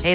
Hey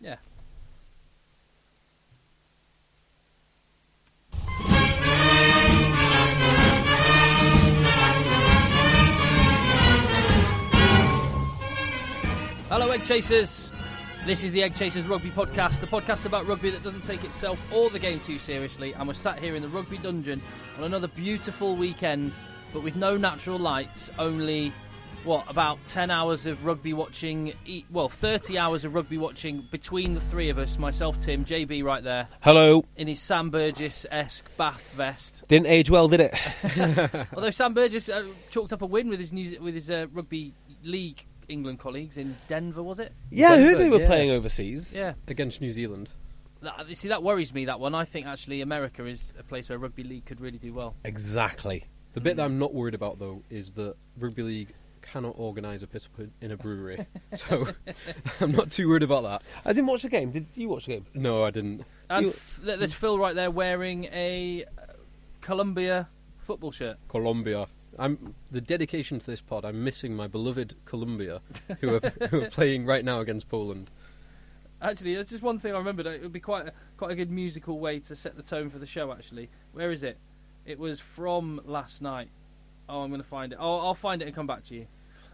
Yeah. Hello, Egg Chasers. This is the Egg Chasers Rugby Podcast, the podcast about rugby that doesn't take itself or the game too seriously. And we're sat here in the rugby dungeon on another beautiful weekend, but with no natural light, only. What about ten hours of rugby watching? e- Well, thirty hours of rugby watching between the three of us. Myself, Tim, JB, right there Hello. in his Sam Burgess esque bath vest. Didn't age well, did it? Although Sam Burgess uh, chalked up a win with his news, with his uh, rugby league England colleagues in Denver, was it? Yeah, I heard they were yeah. playing overseas. Yeah. against New Zealand. That, see, that worries me. That one. I think actually America is a place where rugby league could really do well. Exactly. The bit that I'm not worried about though is that rugby league cannot organise a piss up in a brewery, so I'm not too worried about that. I didn't watch the game. Did you watch the game? No, I didn't. And You- f- th- there's Phil right there wearing a uh, Columbia football shirt. Colombia. I'm the dedication to this pod. I'm missing my beloved Colombia, who are, who are playing right now against Poland. Actually, that's just one thing I remembered. It would be quite a, quite a good musical way to set the tone for the show. Actually, where is it? It was from last night. Oh, I'm going to find it. Oh, I'll find it and come back to you.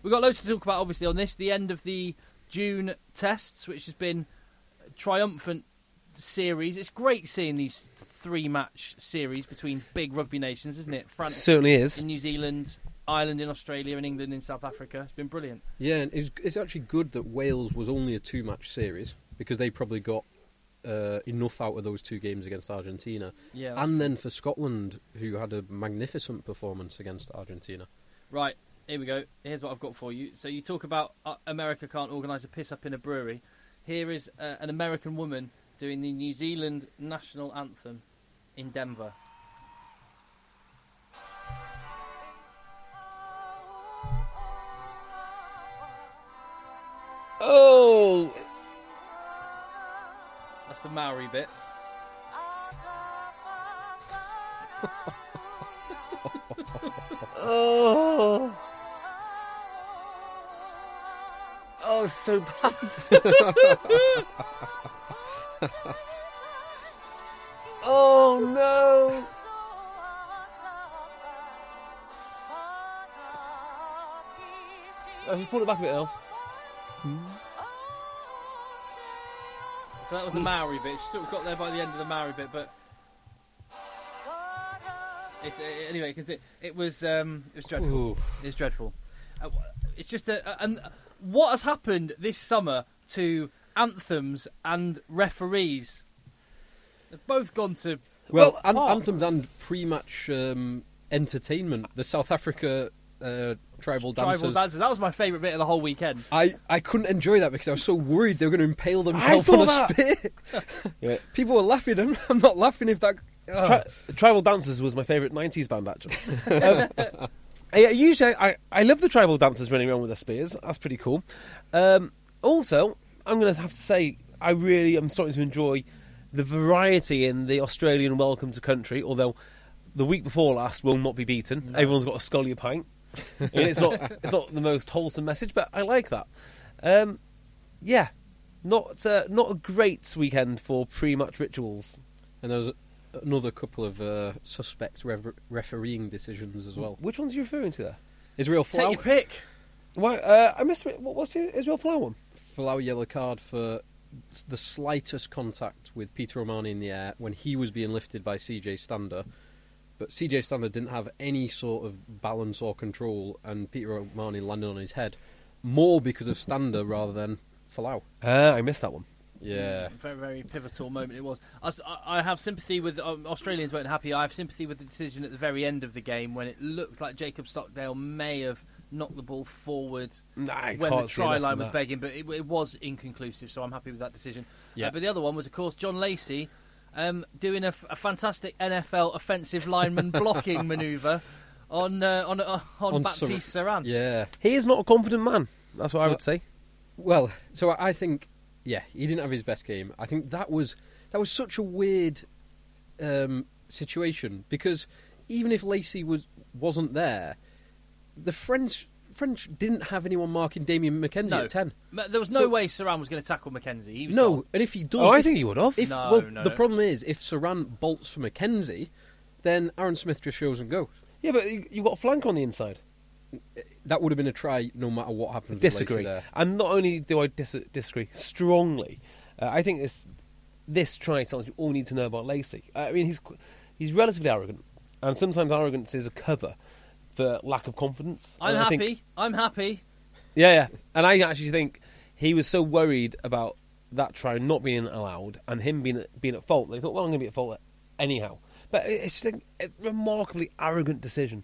We've got loads to talk about. Obviously, on this, the end of the June tests, which has been a triumphant series. It's great seeing these three match series between big rugby nations, isn't it? France Certainly is. in New Zealand, Ireland in Australia, and England in South Africa. It's been brilliant. Yeah, and it's, it's actually good that Wales was only a two match series because they probably got uh, enough out of those two games against Argentina. Yeah. And then for Scotland, who had a magnificent performance against Argentina. Right, here we go. Here's what I've got for you. So you talk about uh, America can't organise a piss up in a brewery. Here is uh, an American woman doing the New Zealand national anthem in Denver. Oh, That's the Maori bit. oh, oh, so bad. oh no. Oh, just pull it back a bit, now. So that was the Maori bit. She sort of got there by the end of the Maori bit, but it's, uh, anyway, 'cause it, it was um, it was dreadful. Ooh. It was dreadful. Uh, w- it's just a, a- and what has happened this summer to anthems and referees? They've both gone to Well, Oh, an- oh. anthems and pre-match um, entertainment. The South Africa uh, tribal dancers. Uh, tribal dances. That was my favourite bit of the whole weekend. I, I couldn't enjoy that because I was so worried they were going to impale themselves on a thought spit. Yeah. People were laughing. I'm, I'm not laughing if that. ah. Ugh. Tri- Tribal Dancers was my favourite 90s band, actually. um, I, usually, I, I love the Tribal Dancers running around with their spears. That's pretty cool. Um, also, I'm going to have to say, I really am starting to enjoy the variety in the Australian Welcome to Country, although the week before last will not be beaten. Everyone's got a scully a pint. I mean, it's, not, it's not the most wholesome message, but I like that. Um, yeah. Not uh, not a great weekend for pre-match rituals. and there was another couple of uh, suspect rever refereeing decisions as well. Which ones are you referring to there? Israel Take Folau, your pick. Why? Uh, I missed. What, what's the Israel Flower one? Folau yellow card for s- the slightest contact with Peter Romani in the air when he was being lifted by CJ Stander. But CJ Stander didn't have any sort of balance or control, and Peter Romani landed on his head more because of Stander rather than Falau. Uh, I missed that one. Yeah. Very, very pivotal moment it was. I, s- I- I have sympathy with um, Australians weren't happy. I have sympathy with the decision at the very end of the game when it looked like Jacob Stockdale may have knocked the ball forward Mm. Nah, I when the can't see try enough line of was that. begging, but it, it was inconclusive. So I'm happy with that decision. Yeah. Uh, but the other one was, of course, John Lacey um, doing a, f- a fantastic NFL offensive lineman blocking manoeuvre on uh, on, uh, on On Sar- Baptiste Saran. Yeah. He is not a confident man. That's what I No. would say. Well, so I I think, yeah, he didn't have his best game. I think that was that was such a weird um, situation because even if Lacey was wasn't there, the French French didn't have anyone marking Damien McKenzie No. at ten. Ma- There was no So- way Saran was going to tackle McKenzie. He was No, gone. and if he does, Oh, I if- think he would have. If, No, well, no, the no. problem is if Saran bolts for McKenzie, then Aaron Smith just shows and goes. Yeah, but you- you've got a flank on the inside. That would have been a try, no matter what happened. with Lacey disagree. there. And not only do I dis- disagree strongly, uh, I think this this try tells you all you need to know about Lacey. Uh, I mean, he's qu- he's relatively arrogant, and sometimes arrogance is a cover for lack of confidence. I'm And I happy. think- I'm happy. yeah, yeah. And I actually think he was so worried about that try not being allowed and him being being at fault. They thought, well, I'm going to be at fault anyhow. But it- it's just a, a remarkably arrogant decision.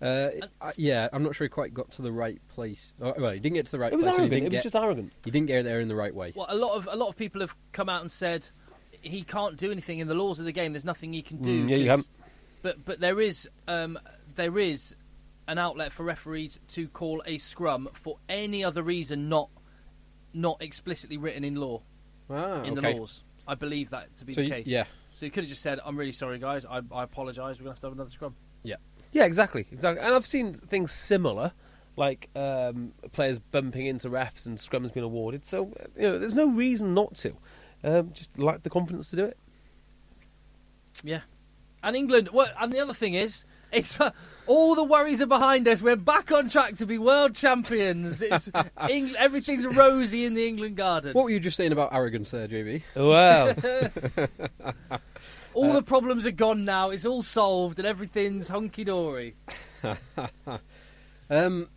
Uh, I- yeah, I'm not sure he quite got to the right place. Oh, well, he didn't get to the right It was place. and arrogant. He It didn't was get, just arrogant. he didn't get there in the right way. Well, a lot of a lot of people have come out and said he can't do anything in the laws of the game. There's nothing he can do. Mm, yeah, you 'cause- haven't. But but there is um, there is an outlet for referees to call a scrum for any other reason not not explicitly written in law Ah, in okay. the laws. I believe that to be So the you- case. yeah. So he could have just said, "I'm really sorry, guys. I, I apologise. We're gonna have to have another scrum." Yeah. Yeah, exactly, exactly. And I've seen things similar, like um, players bumping into refs and scrums being awarded. So uh, you know, there's no reason not to. Um, just lack the confidence to do it. Yeah. And England. Well, and the other thing is, it's all the worries are behind us. We're back on track to be world champions. It's Eng- everything's rosy in the England garden. What were you just saying about arrogance there, JB? Wow. uh, all the problems are gone now. It's all solved, and everything's hunky dory. Um,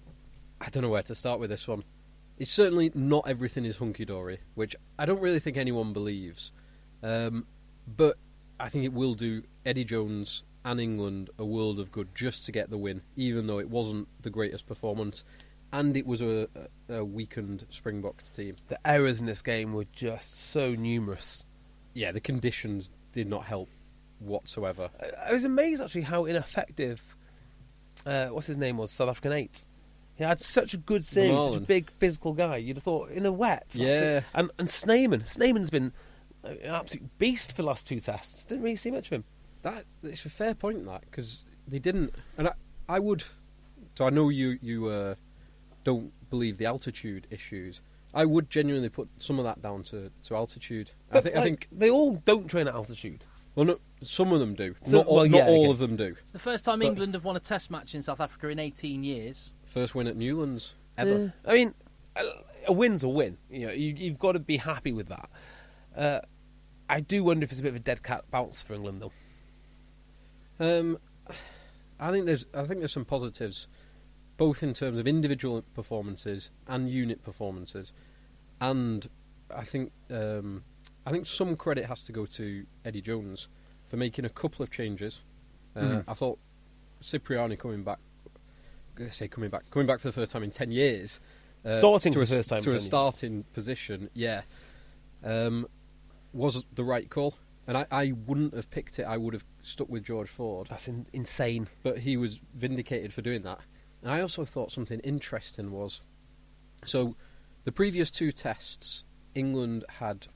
I don't know where to start with this one. It's certainly not everything is hunky dory, which I don't really think anyone believes. Um, but I think it will do Eddie Jones and England a world of good just to get the win, even though it wasn't the greatest performance, and it was a, a a weakened Springboks team. the errors in this game were just so numerous. Yeah, the conditions did not help whatsoever. I- I was amazed actually how ineffective. Uh, what's his name was South African eight. He had such a good series, such a Vermaelen. big physical guy. You'd have thought in a wet. that's Yeah. it. and and Sneyman, Sneyman's been an absolute beast for the last two tests. Didn't really see much of him. That it's a fair point that because they didn't, and I, I would. So I know you you uh, don't believe the altitude issues. I would genuinely put some of that down to, to altitude. I But, think I like, think they all don't train at altitude. well, no, some of them do. So- not all, well, not yeah, all okay. of them do. It's the first time But- England have won a Test match in South Africa in 18 years. First win at Newlands ever. I mean, a, a win's a win. You know, you, you've got to be happy with that. Uh, I do wonder if it's a bit of a dead cat bounce for England, though. Um, I think there's I think there's some positives, both in terms of individual performances and unit performances, and I think um, I think some credit has to go to Eddie Jones for making a couple of changes. Uh, Mm-hmm. I thought Cipriani coming back, I'm gonna say coming back, coming back for the first time in ten years, uh, Starting to for a, the first time in to 10 a years. starting position, yeah, um, was the right call. And I, I wouldn't have picked it. I would have stuck with George Ford That's in, insane. but he was vindicated for doing that. And I also thought something interesting was so the previous two tests, England had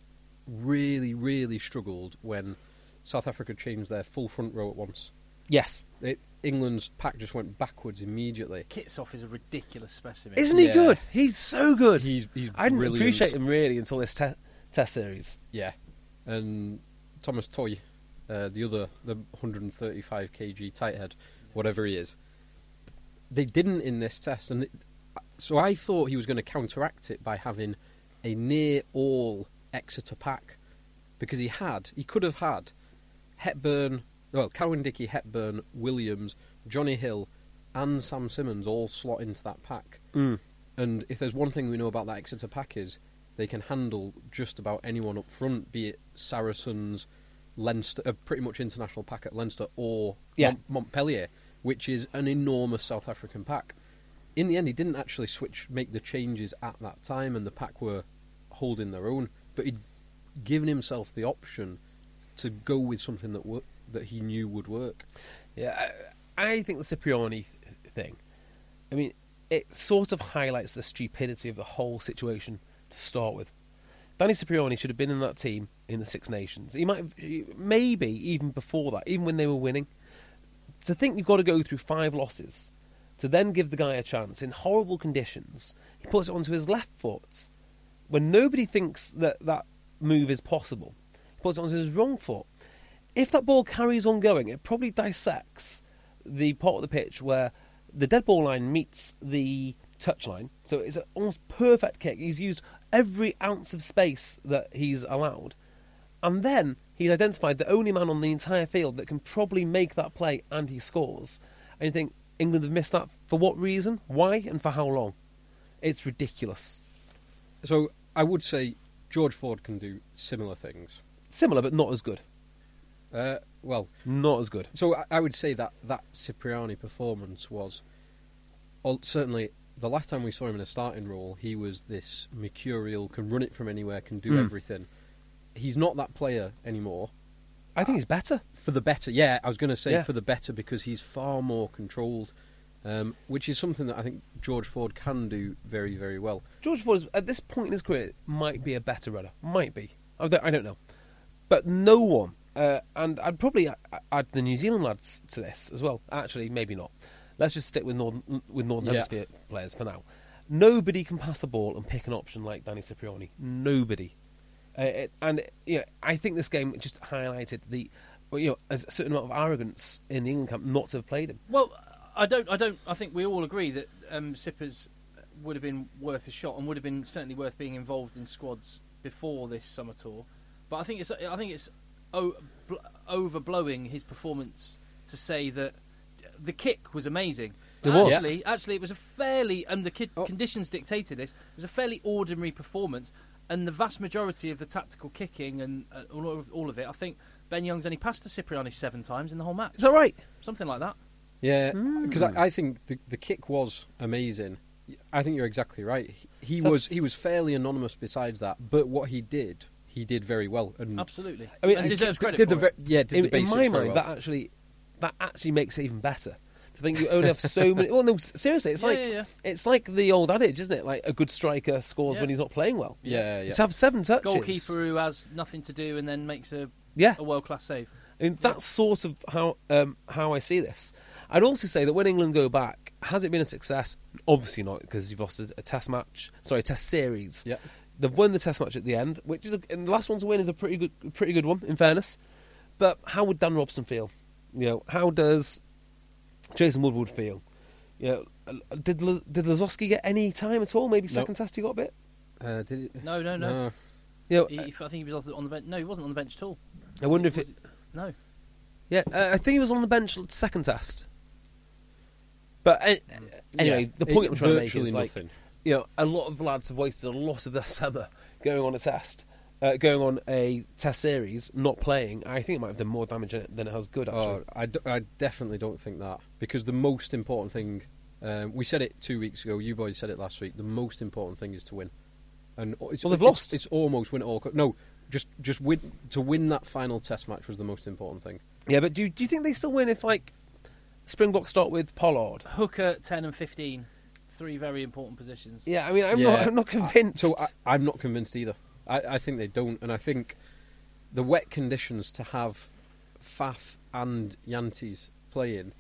really, really struggled when South Africa changed their full front row at once. Yes. It, England's pack just went backwards immediately. Kitsoff is a ridiculous specimen. Isn't he Yeah. good? He's so good. He's- he's I didn't brilliant. appreciate him really until this te- test series. Yeah, and Thomas Toy, uh, the other, the 135 kg tight head, whatever he is, they didn't in this test, and it- so I thought he was going to counteract it by having a near all Exeter pack because he had, he could have had Hepburn, well, Cowan Dickey, Hepburn, Williams, Johnny Hill, and Sam Simmons all slot into that pack. Mm. And if there's one thing we know about that Exeter pack is they can handle just about anyone up front, be it Saracens, Leinster, a pretty much international pack at Leinster or Yeah. Mont- Montpellier, which is an enormous South African pack. In the end, he didn't actually switch, make the changes at that time, and the pack were holding their own. But he'd given himself the option to go with something that wo- that he knew would work. Yeah, I, I think the Cipriani th- thing. I mean, it sort of highlights the stupidity of the whole situation to start with. Danny Cipriani should have been in that team in the Six Nations. He might, have, he- maybe even before that, even when they were winning. To think you've got to go through five losses to then give the guy a chance in horrible conditions, he puts it onto his left foot when nobody thinks that that move is possible. He puts it onto his wrong foot. If that ball carries on going, it probably dissects the part of the pitch where the dead ball line meets the touchline. So it's an almost perfect kick. He's used every ounce of space that he's allowed. And then he's identified the only man on the entire field that can probably make that play and he scores. And you think, England have missed that for what reason, why, and for how long? It's ridiculous. So I would say George Ford can do similar things. Similar, but not as good. Uh, well, Not as good. So I, I would say that that Cipriani performance was al- certainly the last time we saw him in a starting role. He was this mercurial, can run it from anywhere, can do everything. He's not that player anymore. I think he's better. For the better, yeah, I was going to say Yeah. for the better because he's far more controlled, um, which is something that I think George Ford can do very, very well. George Ford, is, at this point in his career, might be a better runner. Might be. I don't, I don't know. But no one, uh, and I'd probably a- add the New Zealand lads to this as well. Actually, maybe not. Let's just stick with Northern, with Northern Yeah. Hemisphere players for now. Nobody can pass a ball and pick an option like Danny Cipriani. Nobody. Uh, it, and you know, I think this game just highlighted the, well, you know, a certain amount of arrogance in the England camp not to have played him. Well, I don't. I don't. I think we all agree that um, Sippers would have been worth a shot and would have been certainly worth being involved in squads before this summer tour. But I think it's. I think it's o- bl- overblowing his performance to say that the kick was amazing. It was. Actually, actually, it was a fairly and the kid, Oh. conditions dictated this. It was a fairly ordinary performance, and the vast majority of the tactical kicking and uh, all, of, all of it. I think Ben Young's only passed to Cipriani seven times in the whole match, Is that right? something like that. Yeah, Hmm. because I, I think the, the kick was amazing. I think you're exactly right. He, he So was it's- he was fairly anonymous besides that, but what he did, he did very well. And Absolutely. Mm. I mean, and I- deserves did, credit did for the it. ve- yeah did in, the in basics my very mind, well. that actually that actually makes it even better. To think you only have so many. Well, no, s- seriously, it's Yeah, like yeah, yeah. it's like the old adage, isn't it? Like a good striker scores Yeah. when he's not playing well. Yeah, yeah. To have seven touches, goalkeeper who has nothing to do and then makes a Yeah, a world class save. I mean, that's sort of how um, how I see this. I'd also say that when England go back, has it been a success? Obviously not, because you've lost a, a Test match. Sorry, Test series. Yeah. they've won the Test match at the end, which is a, and the last one to win is a pretty good pretty good one, in fairness. But how would Dan Robson feel? You know, how does Jason Woodward feel? You know, did Lo- did Lazowski get any time at all? Maybe Nope. second Test he got a bit. Uh, did it, No, no, no. You know, He, I think he was off the, on the bench. No, he wasn't on the bench at all. I wonder if Was it. No. Yeah, uh, I think he was on the bench l- second test. But uh, anyway, Mm. Yeah, the point it- I'm trying to make virtually is like, nothing. you know, a lot of lads have wasted a lot of their summer going on a test, uh, going on a test series, not playing. I think it might have done more damage than it- than it has good. Actually, Oh, I, d- I definitely don't think that because the most important thing um, we said it two weeks ago. You boys said it last week. The most important thing is to win, and o- it's, Well, they've it's- lost. It's almost win it all. co- No, just just win to win that final Test match was the most important thing. yeah. But do you- do you think they still win if like Springboks start with Pollard? Hooker, 10 and 15. Three very important positions. Yeah, I mean, I'm Yeah. not, I'm not convinced. So I, I'm not convinced either. I, I think they don't, and I think the wet conditions to have Faf and Yantis playing,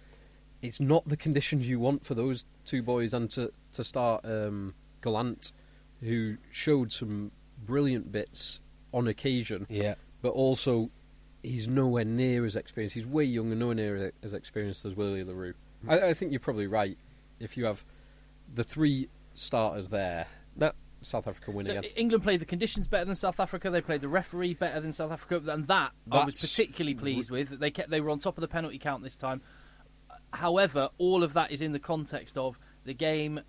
it's not the conditions you want for those two boys, and to to start um, Gallant, who showed some brilliant bits on occasion, yeah, but also he's nowhere near as experienced. He's way younger, nowhere near as experienced as Willie LaRue. Hmm. I, I think you're probably right. If you have the three starters there, now South Africa win So E, again. England played the conditions better than South Africa. They played the referee better than South Africa, and that I was That's- particularly pleased with. that They kept they were on top of the penalty count this time. However, all of that is in the context of the game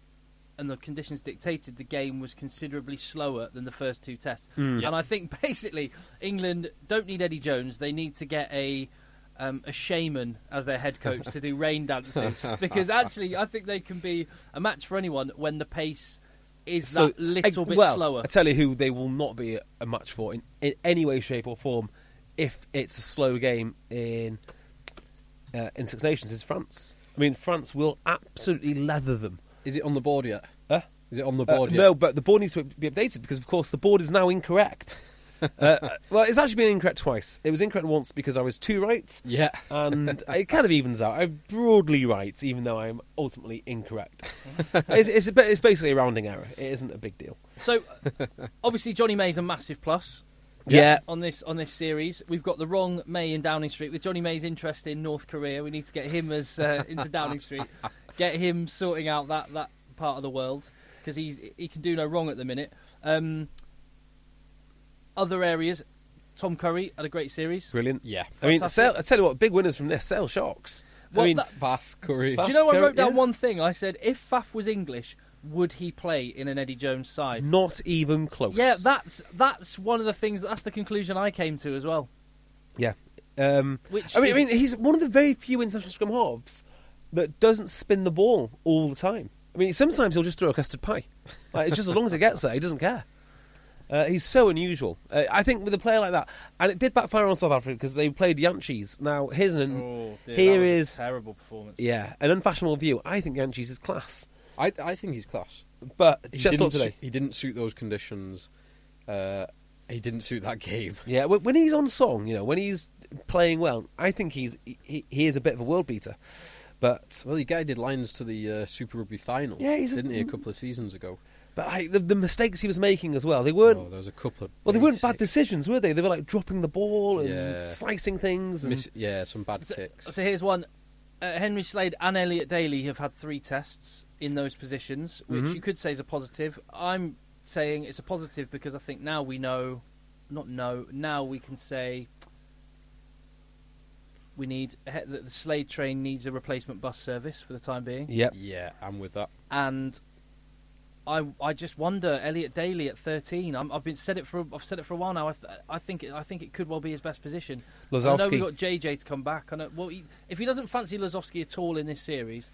and the conditions dictated the game was considerably slower than the first two tests. And I think basically England don't need Eddie Jones. They need to get a um, a shaman as their head coach to do rain dances because actually I think they can be a match for anyone when the pace is that little I- bit well, slower. I tell you who they will not be a match for in, in any way, shape, or form. If it's a slow game in uh, in Six Nations, is France. I mean, France will absolutely leather them. Is it on the board yet? Huh? Is it on the Uh, board yet? no, but the board needs to be updated because, of course, the board is now incorrect. uh, uh, well, it's actually been incorrect twice. It was incorrect once because I was two right, Yeah. and it kind of evens out. I'm broadly right, even though I'm ultimately incorrect. it's, it's, a bit- it's basically a rounding error. It isn't a big deal. So obviously Johnny May's a massive plus. Yeah. On this on this series, we've got the wrong May in Downing Street. With Johnny May's interest in North Korea, we need to get him as uh, into Downing Street. Get him sorting out that, that part of the world because he's he can do no wrong at the minute. Um, other areas, Tom Curry had a great series. Brilliant. Yeah. I mean, Fantastic. Sale, I tell you what, big winners from this Sale Sharks. Well, I mean, that- Faf Curry. Faf- Do you know I Curry, wrote down yeah. one thing? I said if Faf was English, would he play in an Eddie Jones side? not even close. Yeah, that's that's one of the things. That's the conclusion I came to as well. Yeah. Um, Which I mean, is- I mean, he's one of the very few international scrum halves that doesn't spin the ball all the time. I mean, sometimes he'll just throw a custard pie. Like, it's just as long as it gets there, he doesn't care. Uh, he's so unusual. Uh, I think with a player like that, and it did backfire on South Africa because they played Yanchis. Now, here's an Oh, here is terrible performance. yeah an unfashionable view. I think Yanchis is class, I, I think he's class. but He just not didn't today. su- he didn't suit those conditions. Uh, he didn't suit that game. Yeah, when when he's on song, you know, when he's playing well, I think he's he, he is a bit of a world beater. But Well, he guided Lions to the uh, Super Rugby final, Yeah, he's a- didn't he, a couple of seasons ago? but I, the, the mistakes he was making as well, they weren't oh, there was a couple of. well, they weren't bad basic decisions, were they? They were like dropping the ball and Yeah. slicing things. And, miss- yeah, some bad So, kicks. so here's one. Uh, Henry Slade and Elliot Daly have had three tests in those positions, which you could say is a positive. I'm saying it's a positive because I think now we know, not know, now we can say we need that the Slade train needs a replacement bus service for the time being. Yep. Yeah, I'm with that. and I I just wonder Elliot Daly at 13. I'm, I've been said it for I've said it for a while now. I, th- I think it, I think it could well be his best position. And I know Lazowski. we got JJ to come back. I know, well, he, if he doesn't fancy Lazowski at all in this series,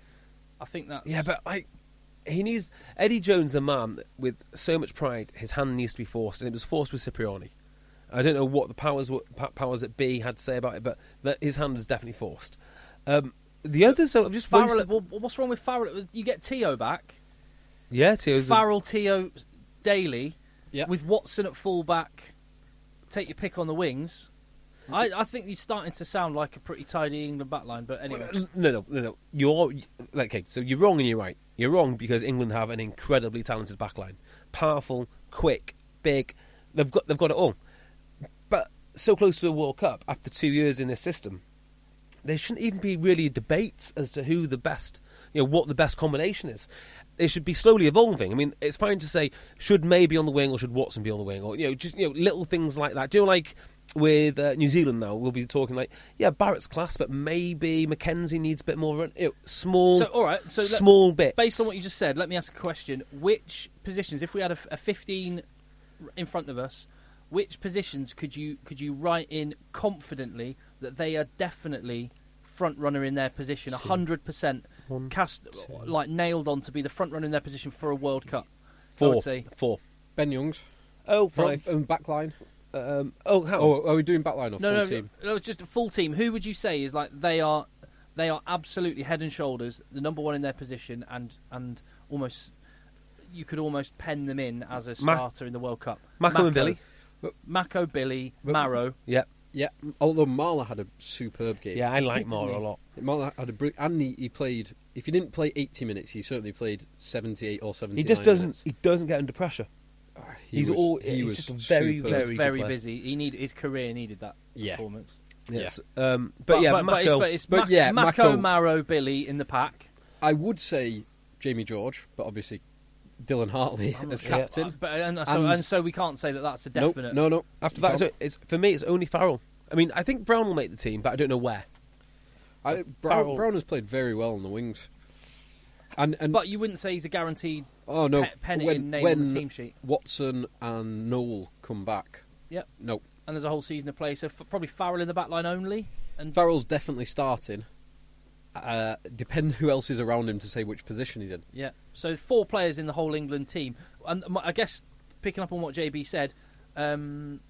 I think that's Yeah, but I, he needs Eddie Jones, a man with so much pride. His hand needs to be forced, and it was forced with Cipriani. I don't know what the powers were- pa- powers at B had to say about it, but that his hand was definitely forced. Um, the others, so I've just Farrell. wasted- Well, what's wrong with Farrell? You get Tio back. yeah, Tio's a- Farrell, Tio, Daly, Yeah. with Watson at fullback. Take your pick on the wings. I, I think you're starting to sound like a pretty tidy England backline, but anyway. No, Uh, no, no, no. You're like, okay. So you're wrong and you're right. You're wrong because England have an incredibly talented backline, powerful, quick, big. They've got they've got it all. But so close to the World Cup after two years in this system, there shouldn't even be really debates as to who the best, you know, what the best combination is. It should be slowly evolving. I mean, it's fine to say should May be on the wing or should Watson be on the wing, or you know, just you know, little things like that. Do you know, like with uh, New Zealand now, we'll be talking like, yeah, Barrett's class, but maybe McKenzie needs a bit more run- you know, small, So, all right. So let- small bits. Based on what you just said, let me ask a question. Which positions, if we had a, a 15 r- in front of us, which positions could you could you write in confidently that they are definitely front runner in their position, hundred percent cast like nailed on to be the front runner in their position for a World Cup? I four, would say four, Ben Youngs, oh front five, and back line. um, oh how? Oh, are we doing back line or no, full no, team? no, no, just a full team. Who would you say is like they are? They are absolutely head and shoulders the number one in their position, and and almost you could almost pen them in as a Ma- starter in the World Cup. Macco and Billy. Mako, Billy, But- Marrow. Yeah, Yeah, although Marla had a superb game. yeah, I like Mara a lot. Marla had a br- and he, he played. If he didn't play 80 minutes, he certainly played 78 or 79. He just doesn't. minutes. He doesn't get under pressure. He he's was- all- he he's was just a very, superb. very- good very player. busy. He need his career needed that Yeah. performance. Yes, um, but, yeah, but, it's, Macco- but it's But Mac- yeah, Mako, Mako- Marrow, Billy in the pack. I would say Jamie George, but obviously Dylan Hartley as Yeah. captain. But, and, so, And- and so we can't say that that's a Nope, definite. no, no. After You that, so can't. it's for me. It's only Farrell. I mean, I think Brown will make the team, but I don't know where. I, Farrell- Brown, Brown has played very well on the wings. And and But you wouldn't say he's a guaranteed. oh no, Pe- Pennant in name on the team sheet. Watson and Noel come back, Yep. no, And there's a whole season of play, so f- probably Farrell in the back line only. And Farrell's definitely starting. Uh, depend who else is around him to say which position he's in. yeah, so four players in the whole England team. And my- I guess picking up on what JB said, um,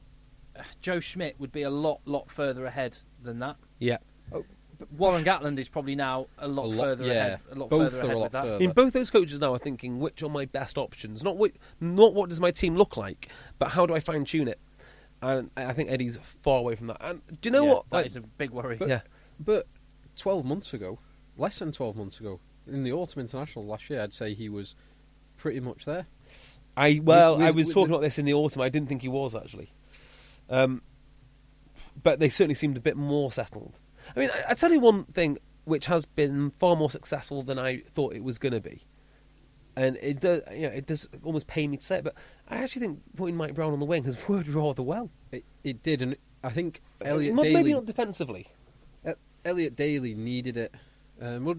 Joe Schmidt would be a lot, lot further ahead than that. Yeah. Warren Gatland is probably now a lot, A lot- further yeah, ahead. A lot both further are a ahead lot with that. further. I mean, both those coaches now are thinking which are my best options, not what, not what does my team look like, but how do I fine tune it? And I I think Eddie's far away from that. And do you know Yeah, what? that Like, is a big worry. yeah, But 12 months ago, less than 12 months ago, in the autumn international last year, I'd say he was pretty much there. I well, with- I was with talking the- about this in the autumn. I didn't think he was actually, um, but they certainly seemed a bit more settled. I mean, I, I tell you one thing which has been far more successful than I thought it was going to be, and it does, you know, it does almost pain me to say it, but I actually think putting Mike Brown on the wing has worked rather well. It, it did, and I think Elliot Not- Daly. maybe not defensively. E- Elliot Daly needed it. Um, well,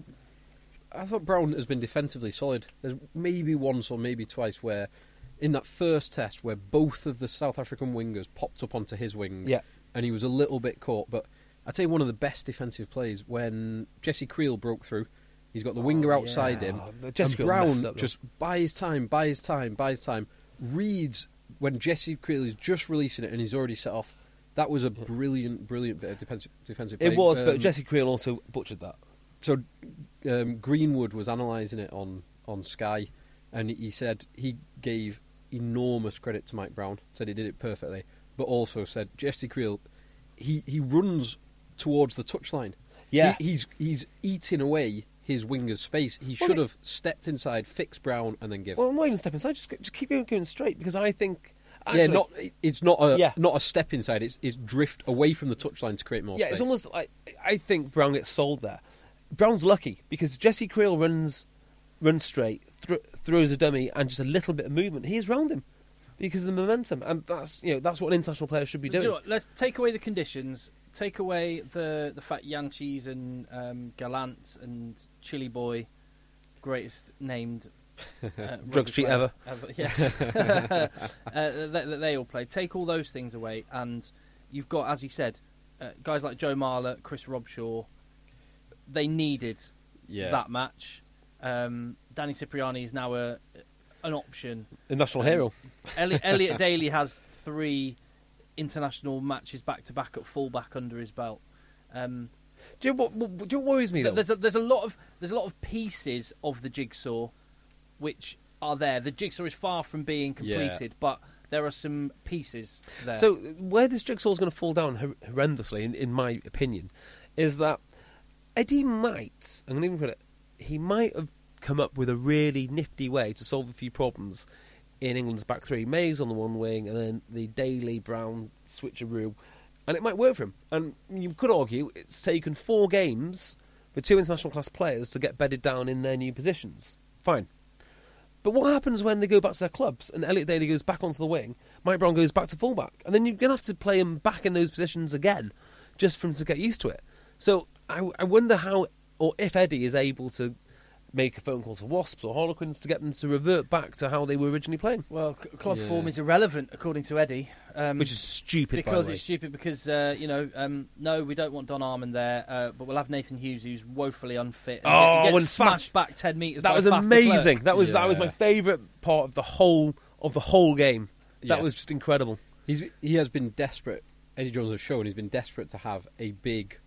I thought Brown has been defensively solid. There's maybe once or maybe twice where, in that first test, where both of the South African wingers popped up onto his wing, Yeah. and he was a little bit caught. But I'd say one of the best defensive plays when Jesse Creel broke through. He's got the winger outside yeah. in, Oh, and Jesse Creel messed Brown up, though. just buys time, buys time, buys time. Reads when Jesse Creel is just releasing it and he's already set off. That was a brilliant, brilliant bit of defensive defensive. It play. was, but Um, Jesse Creel also butchered that. so um, Greenwood was analysing it on, on Sky, and he said he gave enormous credit to Mike Brown, said he did it perfectly, but also said Jesse Creel, he, he runs towards the touchline. Yeah. He- he's he's eating away his winger's space. He Well, should it- have stepped inside, fixed Brown, and then given. Well, not even step inside. Just go- just keep going, going straight because I think. yeah, actually- not it's not a Yeah. not a step inside. It's it's drift away from the touchline to create more. Yeah, space. it's almost like I think Brown gets sold there. Brown's lucky because Jesse Creel runs runs straight, thr throws a dummy, and just a little bit of movement. He is round him because of the momentum, and that's you know that's what an international player should be Do you know doing. what, let's take away the conditions. Take away the the fact Yanchis and um, Gallant and Chili Boy, greatest named uh, rugby cheat player ever. Yeah, uh, that, that they all play. Take all those things away, and you've got, as you said, uh, guys like Joe Marler, Chris Robshaw. They needed Yeah. that match. Um, Danny Cipriani is now a an option. A national Um, hero. Elliot, Elliot Daly has three international matches back to back at fullback under his belt. Um, Do you know what, what, do you know what worries me though? but there's a, there's a lot of there's a lot of pieces of the jigsaw which are there. The jigsaw is far from being Yeah. completed, but there are some pieces there. So where this jigsaw is going to fall down hor- horrendously, in, in my opinion, is that Eddie might. I'm going to even put it. He might have come up with a really nifty way to solve a few problems in England's back three. Mays on the one wing, and then the Daily Brown switcheroo, and it might work for him. And you could argue it's taken four games for two international class players to get bedded down in their new positions. Fine. But what happens when they go back to their clubs and Elliot Daly goes back onto the wing, Mike Brown goes back to fullback, and then you're going to have to play him back in those positions again just for him to get used to it. So I, I wonder how or if Eddie is able to make a phone call to Wasps or Harlequins to get them to revert back to how they were originally playing, well, c- club Yeah. form is irrelevant according to Eddie, um, which is stupid. by because the way. it's stupid. Because uh, you know, um, no, we don't want Don Armand there, uh, but we'll have Nathan Hughes, who's woefully unfit. and Oh, get- gets when smashed Faf- back ten meters. that by was Faf de Klerk. amazing. That was that was Yeah. my favourite part of the whole of the whole game. That Yeah. was just incredible. He's he has been desperate. Eddie Jones has shown he's been desperate to have a big,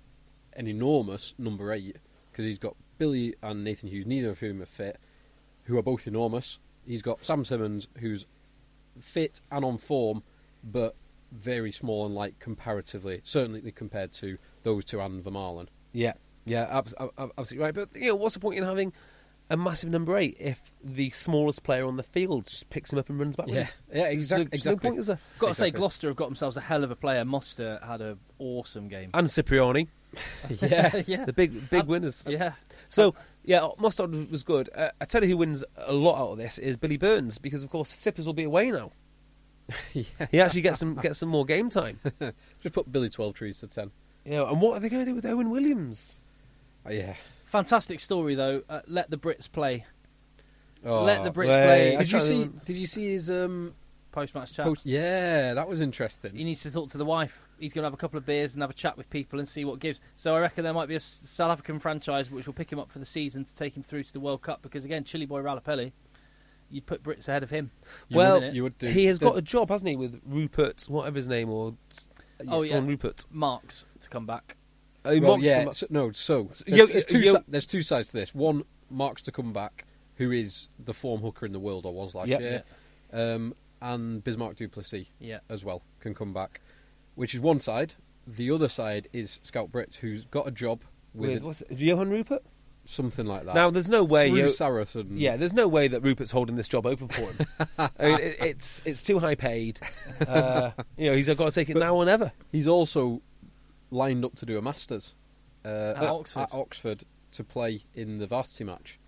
an enormous number eight because he's got Billy and Nathan Hughes, neither of whom are fit, who are both enormous. He's got Sam Simmons, who's fit and on form, but very small and light comparatively, certainly compared to those two and Vermaelen. Yeah, yeah, abs- ab- ab- absolutely right. But you know, what's the point in having a massive number eight if the smallest player on the field just picks him up and runs back. with Yeah, him. yeah, exac- There's no, there's no exactly. point, is there? Got to say, Exactly. Gloucester have got themselves a hell of a player. Moster had an awesome game. And Cipriani, yeah, yeah, the big big Ab- winners. yeah. So yeah, Mustard was good. Uh, I tell you who wins a lot out of this is Billy Burns because of course Sippers will be away now. yeah. He actually gets some gets some more game time. Just put Billy Twelve Trees to ten. Yeah, and what are they going to do with Owen Williams? Oh, yeah. Fantastic story though. Uh, let the Brits play Oh, Let the Brits wait, play. Did you I see? can't- Did you see his um? post-match chat. Post? Yeah, that was He interesting. needs to talk to the wife. He's going to have a couple of beers and have a chat with people and see what gives. So I reckon there might be a S- South African franchise which will pick him up for the season to take him through to the World Cup because again, Chile boy Ralapelli, you'd put Brits ahead of him. You well, would- you would do. he has The- got a job, hasn't he, with Rupert, whatever his name, or s- Oh, someone yeah. Rupert. Marks to come back. Uh, he Well, mocks yeah. them up. so- no, so there's, yo- there's two, yo- si- there's two sides to this. One, Marks to come back, who is the form hooker in the world or was last Yep. year, um, and Bismarck Duplessis Yeah. as well can come back, which is one side. The other side is Scout Brits, who's got a job with, with, Ah, what's it, Johan Rupert. something like that. Now, there's no way. through Yo- Saracens. yeah, there's no way that Rupert's holding this job open for him. I mean, it, it's it's too high paid. Uh, you know, he's got to take it now or never. He's also lined up to do a masters uh, At Oxford. Oxford to play in the varsity match.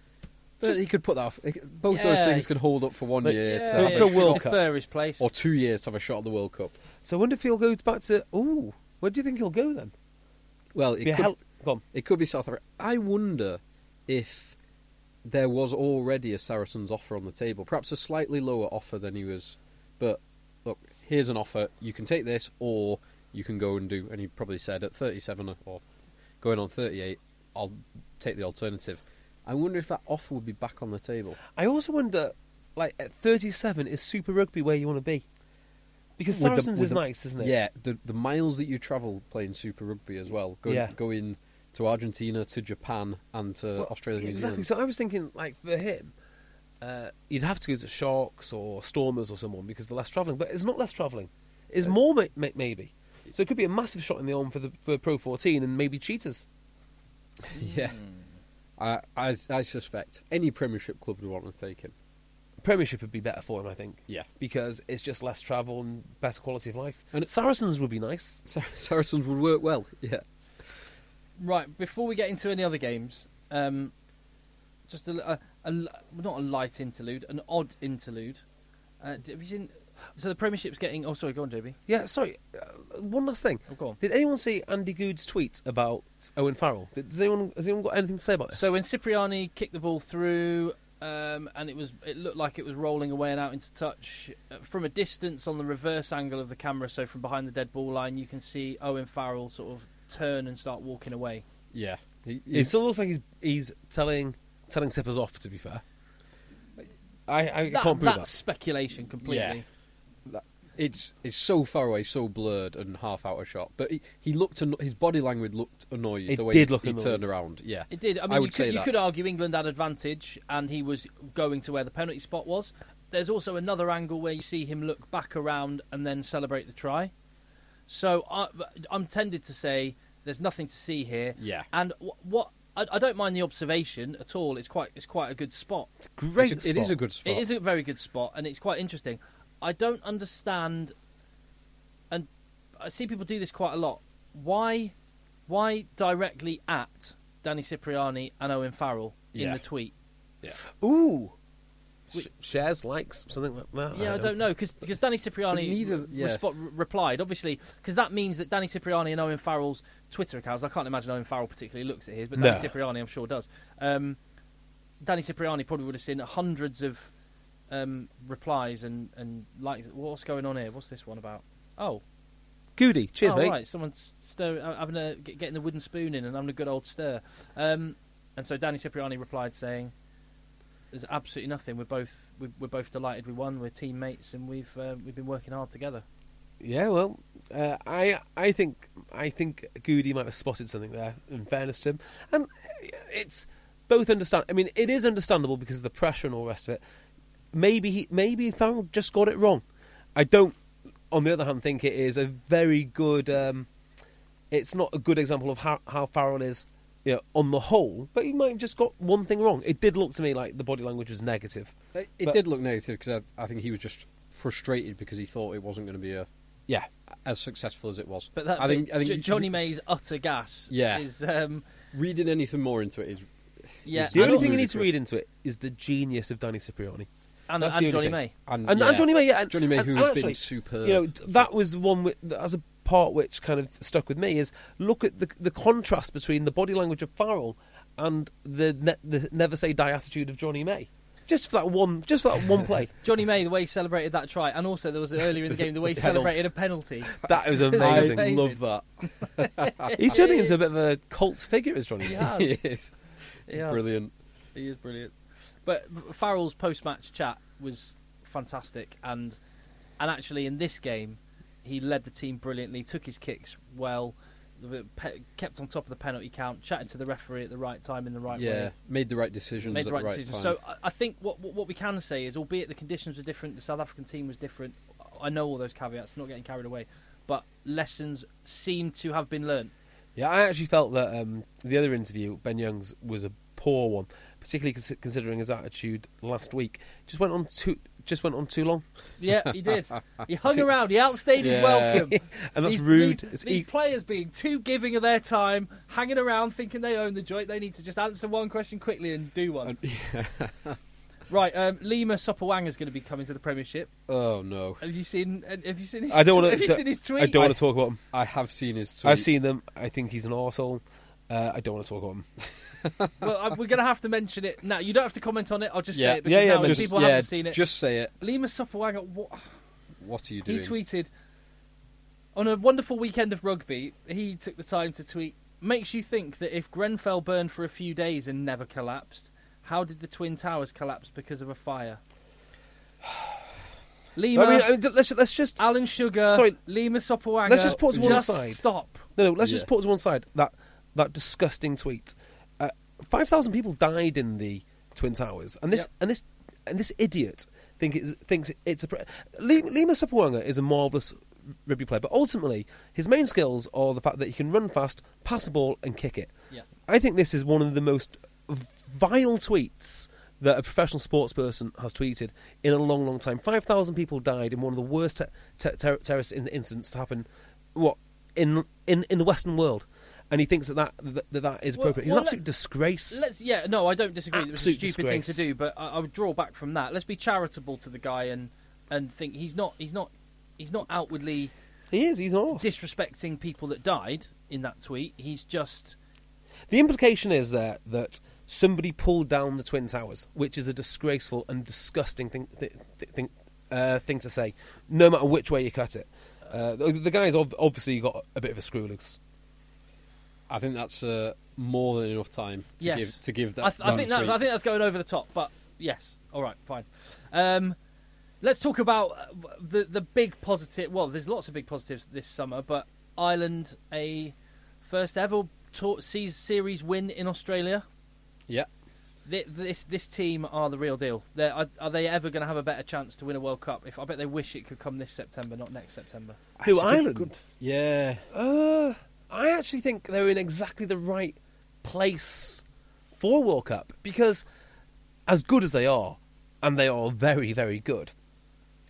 But he could put that off. He could- Both those Yeah. things could hold up for one But- year to Yeah. have But a for shot- World Cup. defer his place. or two years to have a shot at the World Cup. So I wonder if he'll go back to. Ooh, where do you think he'll go then? Well, it Be a could, hell- go on. it could be South Africa. I wonder if there was already a Saracens offer on the table, perhaps a slightly lower offer than he was. But look, here's an offer. You can take this, or you can go and do. And he probably said at 37 or going on 38, I'll take the alternative. I wonder if that offer would be back on the table. I also wonder, like at 37, is Super Rugby where you want to be? Because With the- Saracens with is the- nice, isn't it? Yeah, the the miles that you travel playing Super Rugby as well, going Yeah. going to Argentina, to Japan, and to Well, Australia, New exactly. Zealand. So I was thinking, like for him, uh, you'd have to go to Sharks or Stormers or someone because they're less travelling. But it's not less travelling; it's more ma- ma- maybe. So it could be a massive shot in the arm for the for Pro 14 and maybe Cheetahs. Yeah. Hmm. I, I I suspect any Premiership club would want to take him. Premiership would be better for him, I think. Yeah. because it's just less travel and better quality of life. And And it- Saracens would be nice. Sar- Saracens would work well. Yeah. Right, before we get into any other games, um, just a, a- a l- not a light interlude, an odd interlude. Uh, d- have you seen? So the Premiership's getting. Oh, sorry, go on, Doby. Yeah, sorry. Uh, one last thing. Oh, go on. Did anyone see Andy Good's tweet about Owen Farrell? Did, does anyone has anyone got anything to say about this? So when Cipriani kicked the ball through, um, and it was it looked like it was rolling away and out into touch uh, from a distance on the reverse angle of the camera. So from behind the dead ball line, you can see Owen Farrell sort of turn and start walking away. Yeah. He, he- it still looks like he's he's telling telling Sippers off. To be fair, I, I That- can't prove that's that. speculation completely. it's it's so far away, so blurred and half out of shot. But he, he looked anno- his body language looked annoyed It the way did he, look he annoyed. turned around. Yeah. It did. I mean, I would you, could, say you that. could argue England had advantage, and he was going to where the penalty spot was. There's also another angle where you see him look back around and then celebrate the try. So I, I'm tended to say there's nothing to see here. Yeah. And wh- what I, I don't mind the observation at all. It's quite it's quite a good spot. Great. It's a- it is spot. a good spot. It is a very good spot, and it's quite interesting. I don't understand, and I see people do this quite a lot. Why, why directly at Danny Cipriani and Owen Farrell in Yeah. the tweet? Ooh. Sh- shares, likes, something like that. Um, Yeah, I don't know because Danny Cipriani But neither- re- yeah. respo- re- replied obviously because that means that Danny Cipriani and Owen Farrell's Twitter accounts. I can't imagine Owen Farrell particularly looks at his, but Danny No. Cipriani, I'm sure, does. Um, Danny Cipriani probably would have seen hundreds of um, replies and and likes. What's going on here? What's this one about? Oh, Goody, cheers, oh, mate. Right, someone's stir, having a get- getting the wooden spoon in and having a good old stir. Um, and so Danny Cipriani replied saying, "There's absolutely nothing. We're both we're, we're both delighted we won. We're teammates and we've uh, we've been working hard together." Yeah, well, uh, I I think I think Goody might have spotted something there. In fairness to him, and it's both understand. I mean, it is understandable because of the pressure and all the rest of it. Maybe he, maybe Farrell just got it wrong. I don't. On the other hand, think it is a very good. Um, it's not a good example of how, how Farrell is you know, on the whole, but you might have just got one thing wrong. It did look to me like the body language was negative. It, it But- did look negative because I, I think he was just frustrated because he thought it wasn't going to be a, Yeah, as successful as it was. But that I think, bit, I think Jo- Johnny May's utter gas. Yeah. Is, um, reading anything more into it is yeah. It's the I only don't thing you really need to trust- read into it is the genius of Danny Cipriani. and, That's and the Johnny only May. thing. And, and Johnny May, yeah, and, Johnny May, and- who and has actually, been superb. You know, th- that was one with, that as a part which kind of stuck with me is look at the the contrast between the body language of Farrell and the ne- the never say die attitude of Johnny May. Just for that one, just for that one play, Johnny May, the way he celebrated that try, and also there was earlier in the game the way he Penalty. celebrated a penalty. that was It's amazing. amazing. Love that. He's turning into a bit of a cult figure as Johnny. He May. has. He is He has. brilliant. He is brilliant. But Farrell's post-match chat was fantastic, and and actually in this game, he led the team brilliantly. Took his kicks well, the- pe- kept on top of the penalty count, chatted to the referee at the right time in the right yeah, way. made the right decisions made at the right, the right decision. time. So I- I think what, what what we can say is, albeit the conditions were different, the South African team was different. I know all those caveats, not getting carried away, but lessons seem to have been learnt. Yeah, I actually felt that um, the other interview, Ben Young's, was a poor one, particularly cons- considering his attitude last week. Just went on too, just went on too long, Yeah, he did. He hung around. He outstayed his Yeah. welcome. and that's These- rude. These, it's these e- players being too giving of their time, hanging around thinking they own the joint. They need to just answer one question quickly and do one. right, um, Lima Sopawang is going to be coming to the Premiership. oh no, Have you seen? uh, Have you seen his? I don't tw- want Have you to. seen his tweet? I don't want to talk about him. I have seen his. Tweet. I've seen them. I think he's an arsehole. Uh, I don't want to talk about him. well, I- we're going to have to mention it now. You don't have to comment on it. I'll just Yeah. say it because Yeah, yeah, now just- people yeah, haven't seen it. Just say it. Lima Sopawanga, what, What are you he doing? tweeted on a wonderful weekend of rugby. He took the time to tweet. Makes you think that if Grenfell burned for a few days and never collapsed, how did the Twin Towers collapse because of a fire? Lima, I mean, I mean, let's let's just Alan Sugar, Sorry. Lima Sopawanga. Let's just put to one side. Stop. no, no let's Yeah. just put to one side that that disgusting tweet. Uh, Five thousand people died in the Twin Towers, and this Yep. and this and this idiot think it's, thinks it's a pre- Lima, Lima Sopawanga is a marvelous rugby player, but ultimately his main skills are the fact that he can run fast, pass the ball, and kick it. Yeah. I think this is one of the most vile tweets that a professional sports person has tweeted in a long, long time. 5,000 people died in one of the worst te- te- ter- terrorist in- incidents to happen what in, in in the Western world. And he thinks that that, that, that is Well- appropriate. He's well, an absolute let- disgrace. Let's. Yeah, no, I don't disagree. It was a Absolute stupid thing disgrace. to do, but I, I would draw back from that. Let's be charitable to the guy and and think he's not he's not he's not outwardly He is. He's an arse. disrespecting people that died in that tweet. He's just The implication is there that somebody pulled down the twin towers, which is a disgraceful and disgusting thing th- th- thing, uh, thing to say, no matter which way you cut it. Uh, the, the guy's ob- obviously got a bit of a screw loose. I think that's uh, more than enough time to yes. give to give that. I, th- I that think that's tweet. I think that's going over the top, but yes. All right, fine. Um, let's talk about uh, the the big positive. Well, there's lots of big positives this summer, but Ireland a first ever tour, sees series win in Australia. yeah. Thi- This this team are the real deal. They're, are, are they ever going to have a better chance to win a World Cup? If I bet they wish it could come this September, not next September. Who That's a good- Ireland? good- Yeah, Uh, I actually think they're in exactly the right place for World Cup because, as good as they are, and they are very, very good,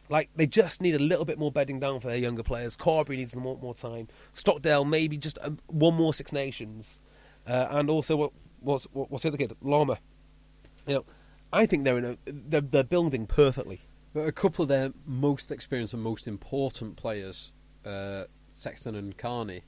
like they just need a little bit more bedding down for their younger players. Carberry needs more, more time. Stockdale maybe just um, one more Six Nations, uh, and also what what's what, what's the other kid Lama. You know, I think they're in a they're, they're building perfectly. but a couple of their most experienced and most important players, uh, Sexton and Carney,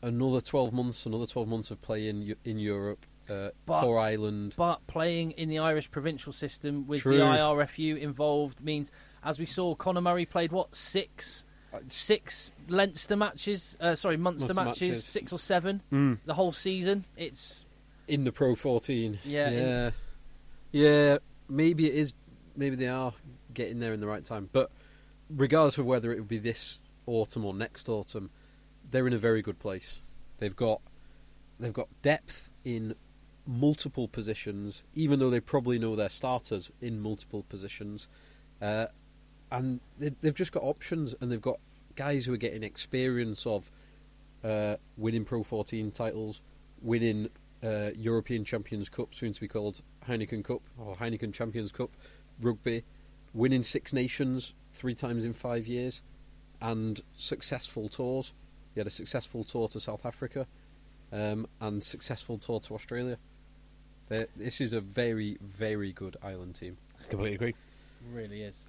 another twelve months, another twelve months of play in Eu- in Europe uh, But- for Ireland. But playing in the Irish provincial system with True. the IRFU involved means, as we saw, Conor Murray played what six, six Leinster matches. Uh, sorry, Munster Munster matches, matches. six or seven Mm. the whole season. It's in the Pro 14. Yeah, in- yeah, yeah. Maybe it is. Maybe they are getting there in the right time. But regardless of whether it would be this autumn or next autumn, they're in a very good place. They've got they've got depth in multiple positions, even though they probably know their starters in multiple positions, uh, and they, they've just got options and they've got guys who are getting experience of uh, winning Pro 14 titles, winning uh, European Champions Cup, soon to be called Heineken Cup or Heineken Champions Cup, rugby, winning Six Nations three times in five years, and successful tours. He had a successful tour to South Africa, um, and successful tour to Australia. they this is a very, very good island team. Completely agree. Really is.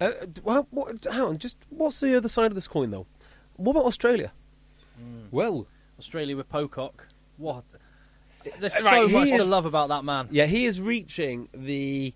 Uh, d- well, what, hang on. Just what's the other side of this coin, though? What about Australia? Hmm. Well, Australia with Pocock. What? There's so Right, he much to is- love about that man. Yeah, he is reaching the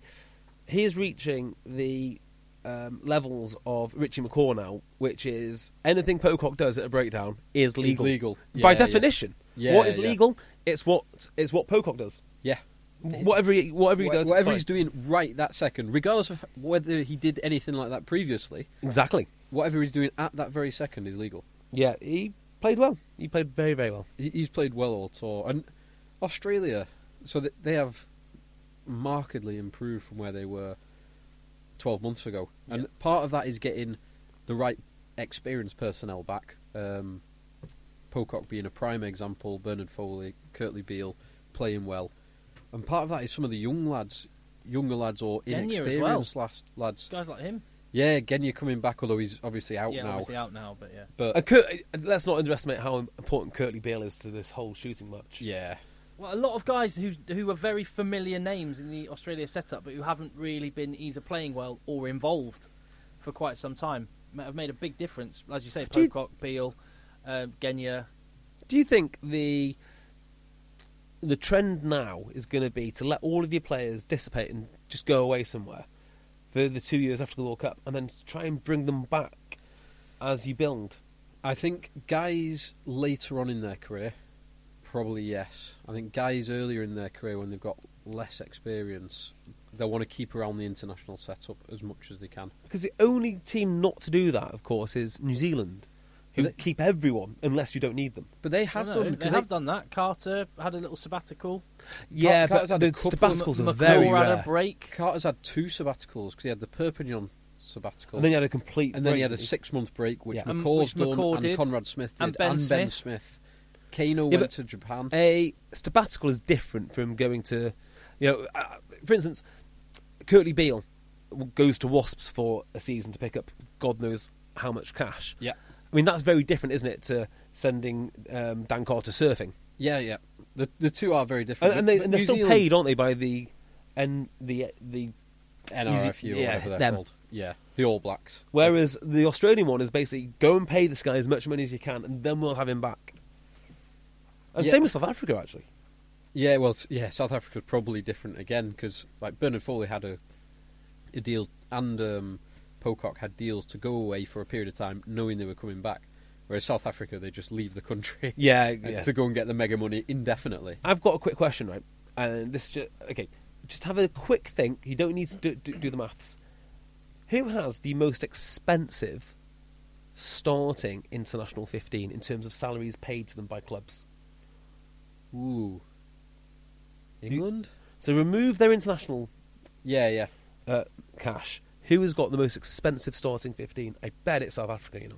he is reaching the um, levels of Richie McCaw now, which is anything Pocock does at a breakdown is legal. legal. by Yeah, definition. yeah. what is Yeah, yeah. legal? It's what it's what Pocock does. yeah. Whatever he, whatever he Wha- does, it's whatever fine. he's doing right that second, regardless of whether he did anything like that previously, exactly. whatever he's doing at that very second is legal. Yeah, he played well. He played very very well. He- He's played well all tour, and Australia, so th- they have markedly improved from where they were twelve months ago, and part of that is getting the right experienced personnel back. Um, Pocock being a prime example, Bernard Foley, Curtly Beale playing well, and part of that is some of the young lads, younger lads or Denyer as well. inexperienced las- lads. Guys like him. Yeah, Genya coming back, although he's obviously Oh, out yeah, now. obviously out now, but yeah. But Uh, Cur- uh, let's not underestimate how important Curtly Beale is to this whole shooting match. yeah, Well, a lot of guys who who are very familiar names in the Australia setup, but who haven't really been either playing well or involved for quite some time, ma- have made a big difference. As you say, Do you- Pocock, Beale, um, Genya. Do you think the the trend now is going to be to let all of your players dissipate and just go away somewhere for the two years after the World Cup, and then try and bring them back as you build? I think guys later on in their career, probably yes. I think guys earlier in their career when they've got less experience, they want to keep around the international setup as much as they can. Because the only team not to do that, of course, is New Zealand, who They- keep everyone unless you don't need them. But they have I don't know, done. They have done that. Carter had a little sabbatical. Yeah, Carter's but had a the couple of sabbaticals are McCaw very had a rare. break. Carter's had two sabbaticals because he had the Perpignan sabbatical, And then you had a complete. and then he had a break. six month break, which Yeah. Um, McCall's which done, McCall and did, Conrad Smith did, and Ben Smith. Smith. Kano Yeah, went but- eh, to Japan. a sabbatical is different from going to, you know, uh, for instance, Curtly Beale goes to Wasps for a season to pick up God knows how much cash. yeah, I mean, that's very different, isn't it, to sending um, Dan Carter surfing? yeah, yeah. The the two are very And, different. and, But- they, but and they're New still Zealand- paid, aren't they, by the and the the. NRFU or Yeah, whatever they're them. called. Yeah, the All Blacks. Whereas the Australian one is basically go and pay this guy as much money as you can, and then we'll have him back. And Yeah. same with South Africa, actually. Yeah, well, s- yeah, South Africa's probably different again because like Bernard Foley had a a deal and um, Pocock had deals to go away for a period of time, knowing they were coming back. Whereas South Africa, they just leave the country Yeah, uh, to go and get the mega money indefinitely. I've got a quick question, right? And this, ju- okay, just have a quick think. You don't need to do, do, do the maths. Who has the most expensive starting international fifteen in terms of salaries paid to them by clubs? Ooh, you- England. So remove their international Yeah, yeah. uh, cash. Who has got the most expensive starting fifteen? I bet it's South Africa. You know,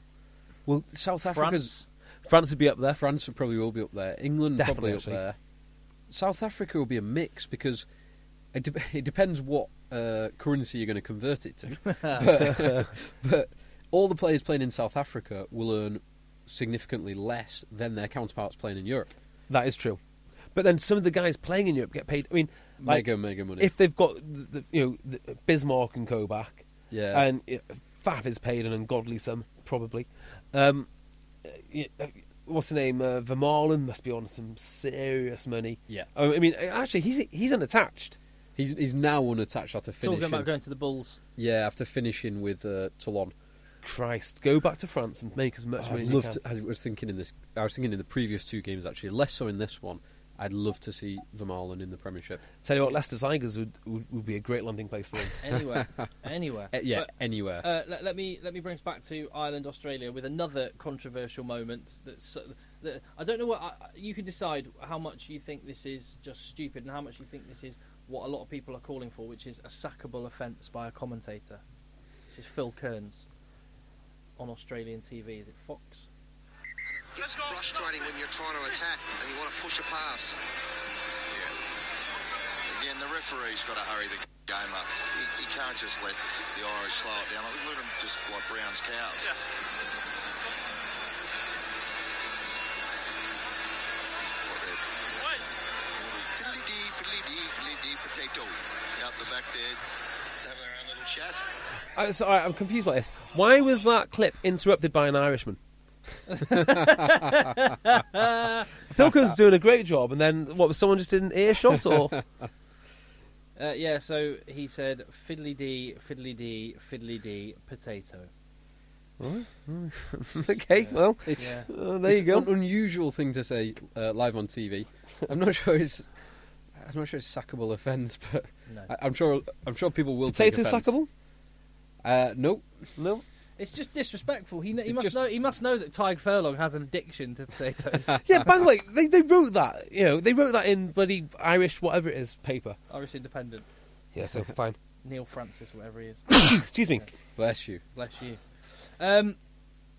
Well, South Africa's France. France would be up there. France would probably will be up there. England Definitely, probably up actually. there. South Africa will be a mix because it, de- it depends what uh, currency you're going to convert it to. but, but all the players playing in South Africa will earn significantly less than their counterparts playing in Europe. That is true. But then some of the guys playing in Europe get paid. I mean, like, mega, mega money. if they've got the, the, you know the Bismarck and Co back, Yeah. and uh, Faf is paid an ungodly sum probably. Um, uh, y- uh, what's the name? Uh, Vermaelen must be on some serious money. Yeah. I mean, uh, actually, he's he's unattached. he's, he's now unattached after Talking finishing. about going to the Bulls. yeah, after finishing with uh, Toulon. Christ, go back to France and make as much Oh, money I'd as love you to, can. I was thinking in this. I was thinking in the previous two games actually, less so in this one. I'd love to see Vermaelen in the Premiership. Tell you what, Leicester Tigers would, would would be a great landing place for him. Anywhere. anywhere. Uh, yeah, But- anywhere. Uh, let, let me let me bring us back to Ireland, Australia, with another controversial moment. That's uh, that, I don't know what I, you can decide how much you think this is just stupid and how much you think this is what a lot of people are calling for, which is a sackable offence by a commentator. This is Phil Kearns on Australian TV. Is it Fox? An It's frustrating when you're trying to attack and you want to push a pass. Yeah. Again, the referee's got to hurry the game up. He, he can't just let the Irish slow it down. Look at them just like Brown's cows. Like that. Fiddly dee, fiddly dee, fiddly dee, potato. Out the back there, having their own little chat. I, sorry, I'm confused by this. Why was that clip interrupted by an Irishman? Philco's doing a great job, and then what was someone just in earshot? Or Uh, yeah, so he said fiddly dee, fiddly dee, fiddly dee, potato. okay, well, It's, Yeah. uh, there it's you go. An unusual thing to say uh, live on TV. I'm not sure it's. I'm not sure it's sackable offence, but No. I, I'm sure I'm sure people will Potato take offence. sackable? Uh, no, No. It's just disrespectful. He, kn- he It must just- know. He must know that Tig Furlong has an addiction to potatoes. Yeah. By the way, they they wrote that. You know, they wrote that in bloody Irish whatever it is paper. Irish Independent, Yeah. So fine. Neil Francis, whatever he is. Excuse me. bless you. Bless you. Um,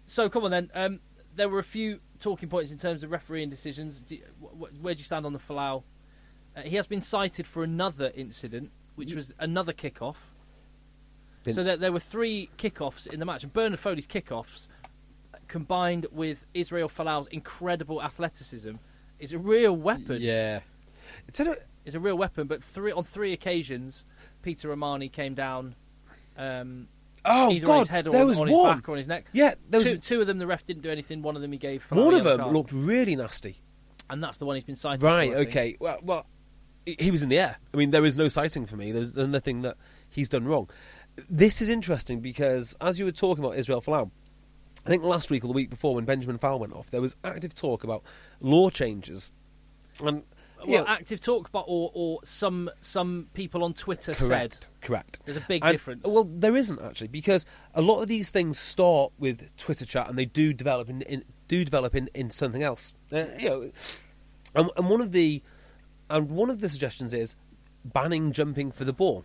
so come on then. Um, there were a few talking points in terms of refereeing decisions. Do, wh- wh- where do you stand on the Falau? Uh, he has been cited for another incident, which was another kickoff. Didn't- So there, there were three kickoffs in the match, and Bernard Foley's kickoffs uh, combined with Israel Falau's incredible athleticism is a real weapon. Yeah, Tell you- Is a real weapon. But three on three occasions, Peter Romani came down. Um, Oh either on God, his head or there on, was on his one. back or on his neck. Yeah, there was two, two of them the ref didn't do anything. One of them he gave. Ferrari one a of yellow them card. looked really nasty. and that's the one he's been cited. Right. for, I think. Okay. Well, well, he- he was in the air. I mean, there is no sighting for me. There's there's nothing that he's done wrong. This is interesting because as you were talking about Israel Folau, I think last week or the week before when Benjamin Fowl went off, there was active talk about law changes, and you Well, know- active talk, but or or some some people on Twitter correct, said correct. there's a big And- difference. Well, there isn't actually because a lot of these things start with Twitter chat and they do develop in, in do develop in, in something else. Uh, you know, and, and one of the and one of the suggestions is banning jumping for the ball.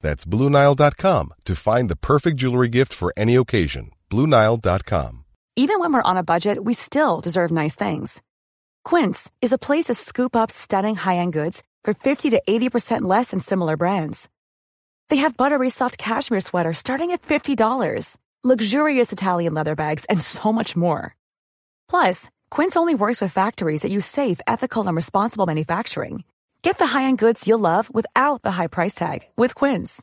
That's BlueNile.com to find the perfect jewelry gift for any occasion. BlueNile.com. Even when we're on a budget, we still deserve nice things. Quince is a place to scoop up stunning high-end goods for 50 to 80% less than similar brands. They have buttery soft cashmere sweaters starting at $50, luxurious Italian leather bags, and so much more. Plus, Quince only works with factories that use safe, ethical, and responsible manufacturing. Get the high-end goods you'll love without the high price tag with Quince.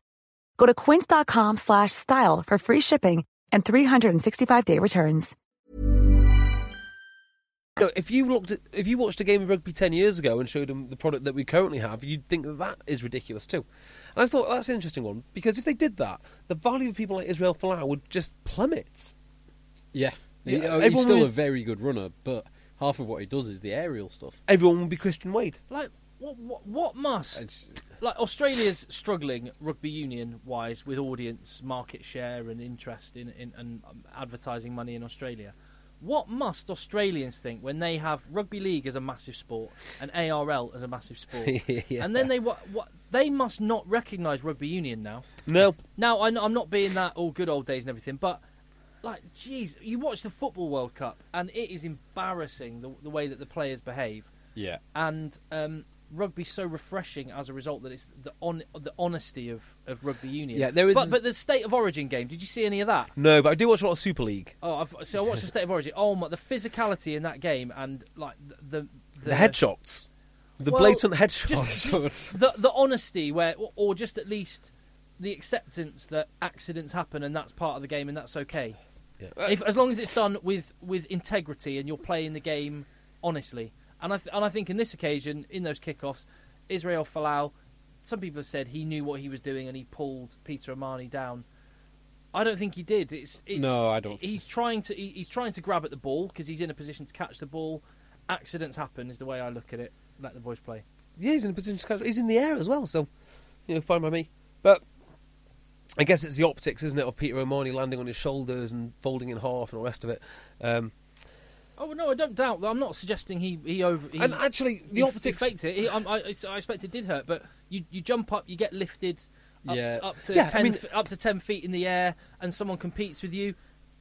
Go to quince.com slash style for free shipping and 365-day returns. know, if you looked at, if you watched a game of rugby ten years ago and showed them the product that we currently have, you'd think that that is ridiculous too. And I thought that's an interesting one because if they did that, the value of people like Israel Folau would just plummet. yeah. He- Yeah, oh, he's everyone still will- a very good runner, but half of what he does is the aerial stuff. Everyone would be Christian Wade. like what what, what must It's- like Australia's struggling rugby union wise with audience market share and interest in, in and um, advertising money in Australia. What must Australians think when they have rugby league as a massive sport and ARL as a massive sport, Yeah. and then they what, what they must not recognise rugby union now? No, Now I, am not being that all good old days and everything, but like, jeez, you watch the football World Cup and it is embarrassing the, the way that the players behave, Yeah, and um, rugby's so refreshing as a result that it's the on the honesty of, of rugby union. Yeah, there is- But, but the state of origin game. Did you see any of that? no, but I do watch a lot of Super League. Oh, I've, so I watched the state of origin. Oh my, the physicality in that game and like the the, The, headshots, the Well, blatant just- headshots. the the honesty where or, or just at least the acceptance that accidents happen and that's part of the game and that's okay if, as long as it's done with with integrity and you're playing the game honestly and I th- and I think in this occasion in those kickoffs Israel Folau some people have said he knew what he was doing and he pulled Peter Amani down I don't think he did. It's, it's No, I don't think- He's trying to he, he's trying to grab at the ball because he's in a position to catch the ball, accidents happen is the way I look at it. Let the boys play. Yeah, he's in a position to catch. He's in the air as well, so you know, fine by me. But I guess it's the optics, isn't it, of Peter O'Mahony landing on his shoulders and folding in half and all the rest of it. Um, Oh no, I don't doubt that. I'm not suggesting he he over. He, and actually, the he, optics. he faked it. He, I'm- I, it's- I expect it did hurt, but you you jump up, you get lifted up, Yeah. to, up to Yeah, I ten mean- f- up to ten feet in the air, and someone competes with you.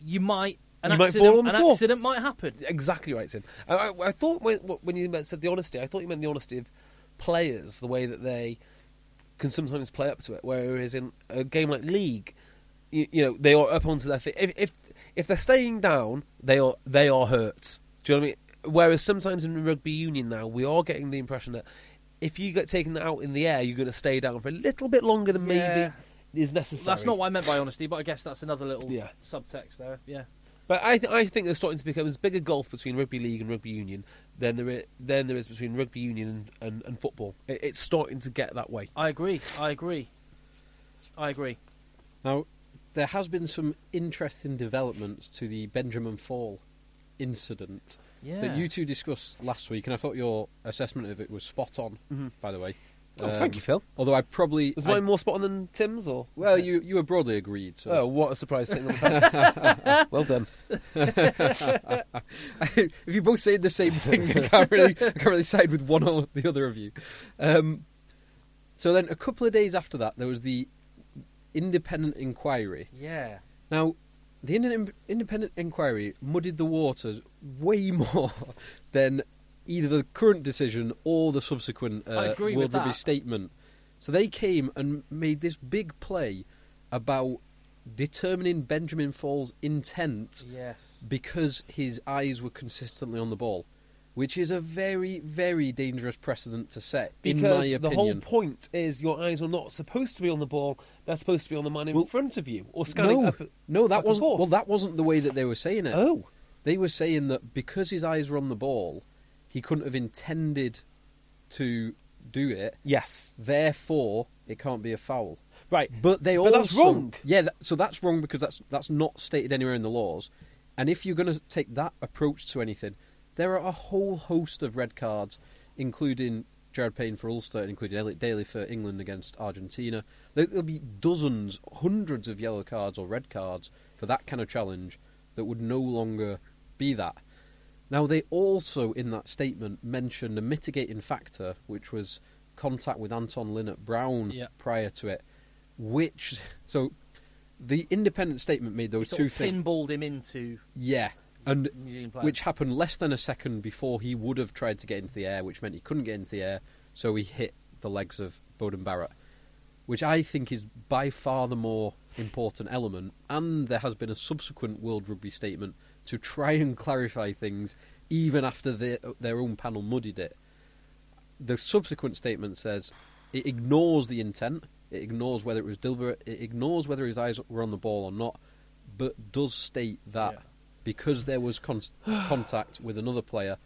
You might an You might accident fall on the an floor. accident might happen. Exactly right, Tim. I, I, I thought when, when you meant- said the honesty, I thought you meant the honesty of players, the way that they can sometimes play up to it. Whereas in a game like League, you, you know, they are up onto their feet. If, if if they're staying down, they are they are hurt. Do you know what I mean? Whereas sometimes in rugby union now, we are getting the impression that if you get taken out in the air, you're going to stay down for a little bit longer than Yeah. maybe is necessary. That's not what I meant by honesty, but I guess that's another little Yeah. subtext there. Yeah. But I, th- I think there's starting to become as big a gulf between rugby league and rugby union than there is, than there is between rugby union and, and, and football. It, it's starting to get that way. I agree. I agree. I agree. Now, there has been some interesting developments to the Benjamin Fall incident Yeah. that you two discussed last week, and I thought your assessment of it was spot on. By the way, Mm-hmm. Um, Oh, thank you, Phil. Although I probably Was I- mine more spot on than Tim's or? well, you you were broadly agreed. So Oh, what a surprise! Sitting on the fence. well done. if you both say the same thing, I can't really, I can't really side with one or the other of you. Um, so then, a couple of days after that, there was the independent inquiry. Yeah. Now, the inde- independent inquiry muddied the waters way more than either the current decision or the subsequent I uh, agree with World Rugby that. statement. So they came and made this big play about determining Benjamin Fall's intent Yes. because his eyes were consistently on the ball, which is a very, very dangerous precedent to set, in my Because opinion. the whole point is your eyes are not supposed to be on the ball; they're supposed to be on the man in Well, front of you or scanning no, up. no, up that and wasn't. forth. Well, that wasn't the way that they were saying it. Oh. they were saying that because his eyes were on the ball, he couldn't have intended to do it. yes, Therefore, it can't be a foul. right. But they But also that's wrong. Yeah, that, so that's wrong because that's that's not stated anywhere in the laws. And if you're going to take that approach to anything, there are a whole host of red cards, including Jared Payne for Ulster and including Elliot Daly for England against Argentina. There, there'll be dozens, hundreds of yellow cards or red cards for that kind of challenge that would no longer be that. Now, they also, in that statement, mentioned a mitigating factor, which was contact with Anton Linnett Brown Yeah. prior to it, which. So, the independent statement made those Sort two of things. pinballed him into Yeah. And New Zealand player. which happened less than a second before he would have tried to get into the air, which meant he couldn't get into the air, so he hit the legs of Bowden Barrett, which I think is by far the more important element. And there has been a subsequent World Rugby statement to try and clarify things, even after their, their own panel muddied it. The subsequent statement says it ignores the intent, it ignores whether it was deliberate, it ignores whether his eyes were on the ball or not, but does state that Yeah. because there was con- contact with another player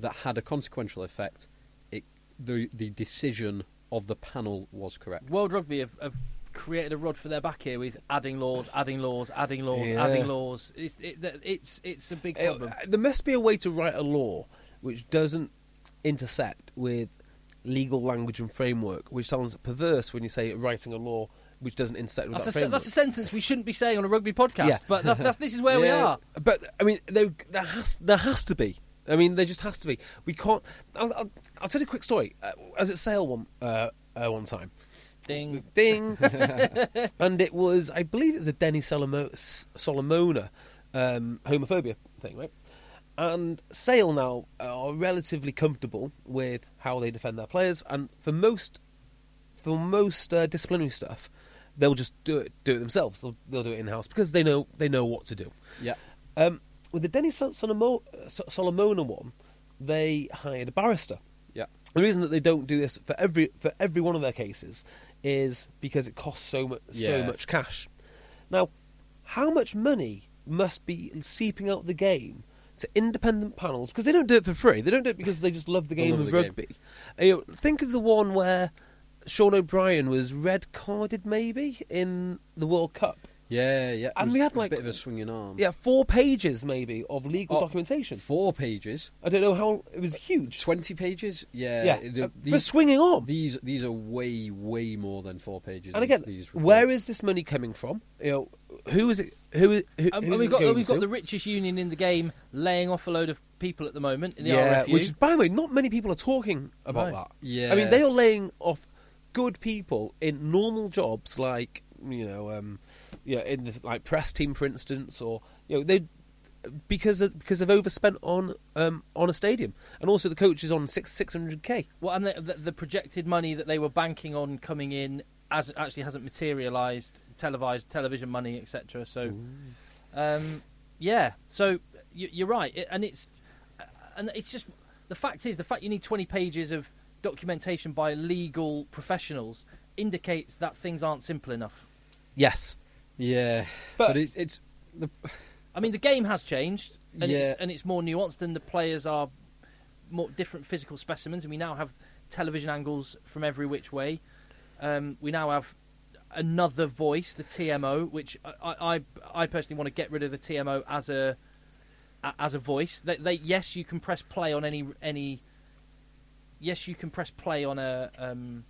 that had a consequential effect, it, the the decision of the panel was correct. World Rugby have, have created a rod for their back here with adding laws, adding laws, adding laws, Yeah. adding laws. It's it, that- it's it's a big Uh, problem. there must be a way to write a law which doesn't intersect with legal language and framework, which sounds perverse when you say writing a law which doesn't intersect with that's, that a, se- framework. that's a sentence we shouldn't be saying on a rugby podcast. Yeah. But that's, that's, this is where we Yeah, are. But I mean, there, there has there has to be. I mean, there just has to be. We can't. I'll, I'll, I'll tell you a quick story. Uh, I was at Sale one uh, uh, one time. Ding. Ding. and it was, I believe it was a Denny Solomo- S- Solomona um, homophobia thing, right? And Sale now are relatively comfortable with how they defend their players, and for most for most uh, disciplinary stuff, they'll just do it do it themselves. They'll, they'll do it in house because they know they know what to do. Yeah. Um, with the Denny Sol- Solomo- Sol- Solomona one, they hired a barrister. Yeah. The reason that they don't do this for every for every one of their cases is because it costs so much so Yeah. much cash. Now, how much money must be seeping out the game to independent panels because they don't do it for free. They don't do it because they just love the They game love of the game. rugby. Uh, You know, think of the one where Sean O'Brien was red carded, maybe in the World Cup. Yeah, yeah. it And was we had, a like, bit of a swinging arm. Yeah, four pages maybe of legal Oh, documentation. Four pages. I don't know how it was huge. Twenty pages. Yeah. Yeah, the- uh, for swinging arm. These these are way way more than four pages. And these- again, these where reports. is this money coming from? You know, who is it? Who is? Who, Um, who and is we've it got going we've got to? the richest union in the game laying off a load of people at the moment in the yeah, RFU. which is, by the way, not many people are talking about No. that. Yeah. I mean, they are laying off good people in normal jobs, like you know, um, yeah, in the like press team, for instance, or you know, they because of, because they've overspent on um, on a stadium, and also the coach is on six six hundred k. well, and the, the, the projected money that they were banking on coming in as actually hasn't materialised, televised television money, etc. So, um, yeah, so you, you're right, it, and it's and it's just the fact is the fact you need 20 pages of documentation by legal professionals indicates that things aren't simple enough. Yes, Yeah, But- but, it's it's the, I mean, the game has changed, and, Yeah. it's, and it's more nuanced, and the players are more different physical specimens, and we now have television angles from every which way. Um, we now have another voice, the TMO, which I, I, I personally want to get rid of the TMO as a a- as a voice. They, they, yes, you can press play on any any. Yes, you can press play on a um,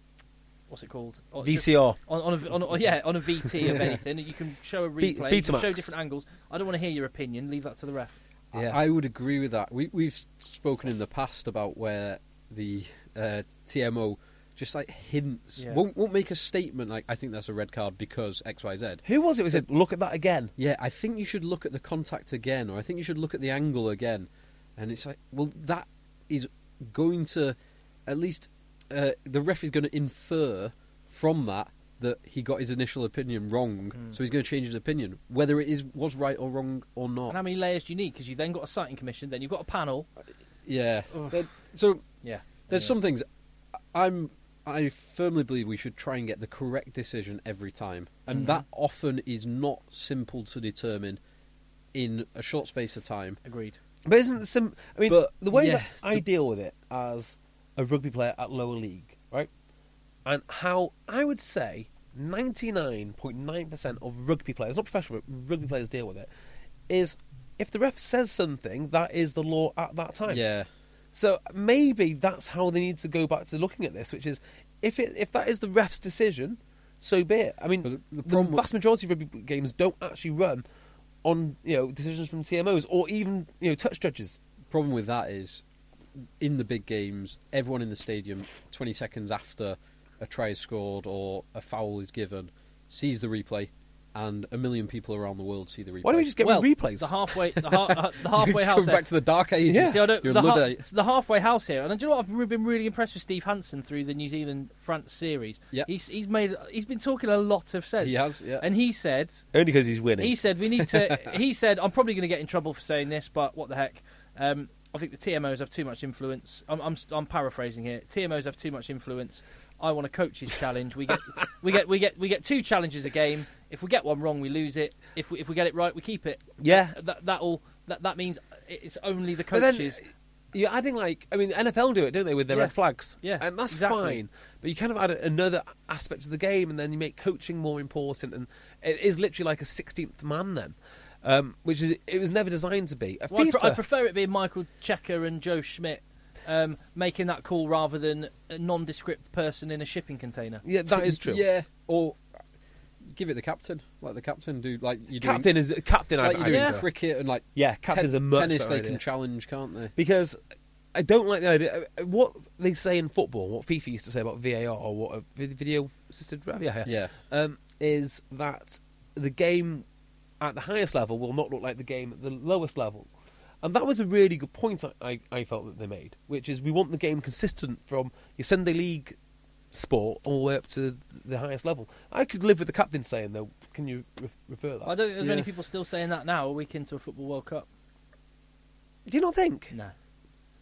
what's it called? Oh, Or just- VCR. on, on, a, on a, yeah, on a VT of anything, and you can show a Be- replay, you can show Betamax. different angles. I don't want to hear your opinion. Leave that to the ref. Yeah. I, I would agree with that. We we've spoken in the past about where the uh, TMO just like hints Yeah. won't won't make a statement like I think that's a red card because X Y Z. Who was it? who said, "Look at that again." Yeah, I think you should look at the contact again, or I think you should look at the angle again. And it's like, well, that is going to at least uh, the ref is going to infer from that that he got his initial opinion wrong, so he's going to change his opinion, whether it is was right or wrong or not. And how many layers do you need? Because you then got a sighting commission, then you've got a panel. Yeah. But- so Yeah, there's some things I'm I firmly believe we should try and get the correct decision every time, and that often is not simple to determine in a short space of time. agreed. But isn't it some? I mean, But, the way yeah, that I deal with it as a rugby player at lower league, right? And how I would say ninety nine point nine percent of rugby players, not professional but rugby players, deal with it, is if the ref says something, that is the law at that time. Yeah. So maybe that's how they need to go back to looking at this, which is if it, if that is the ref's decision, so be it. I mean, But the, the problem- vast majority of rugby games don't actually run on you know decisions from TMOs or even you know touch judges. problem with that is in the big games, everyone in the stadium, 20 seconds after a try is scored or a foul is given, sees the replay, and a million people around the world see the replay. Why don't we just get well, rid of replays? The halfway, the, ha- uh, the You've halfway house. gone back to the dark ages? See, I don't, You're the, ha- Luddite. the halfway house here, and do you know what? I've been really impressed with Steve Hansen through the New Zealand France series. Yeah. he's he's made he's been talking a lot of sense. He has, yeah. and he said Only because he's winning. He said we need to. he said I'm probably going to get in trouble for saying this, but what the heck? Um, I think the TMOs have too much influence. I'm, I'm, I'm paraphrasing here. TMOs have too much influence. I want a coach's challenge. We get we get we get we get two challenges a game. If we get one wrong, we lose it. If we if we get it right, we keep it. Yeah. That that'll that that means it's only the but then coaches. you're adding like I mean, the NFL do it, don't they, with their Yeah. red flags? Yeah, and that's exactly. fine. But you kind of add another aspect to the game, and then you make coaching more important, and it is literally like a 16th man then, um, which is it was never designed to be. A Well, I, FIFA, pre- I prefer it being Michael Checker and Joe Schmidt um, making that call rather than a nondescript person in a shipping container. yeah, that is true. Yeah, or give it the captain. Like the captain do, like you do. captain is captain. like you I, I do in Yeah. prefer. cricket and like Yeah, captain's a much tennis. better They can idea. challenge, can't they? because I don't like the idea. uh, What they say in football, what FIFA used to say about VAR or what a vid- video assisted rev- yeah, Yeah. um, is that the game at the highest level will not look like the game at the lowest level. And that was a really good point I, I, I felt that they made, which is we want the game consistent from your Sunday league sport all the way up to the highest level. I could live with the captain saying, though, can you re- refer that? I don't think there's many Yeah. people still saying that now, a week into a Football World Cup. Do you not think? No.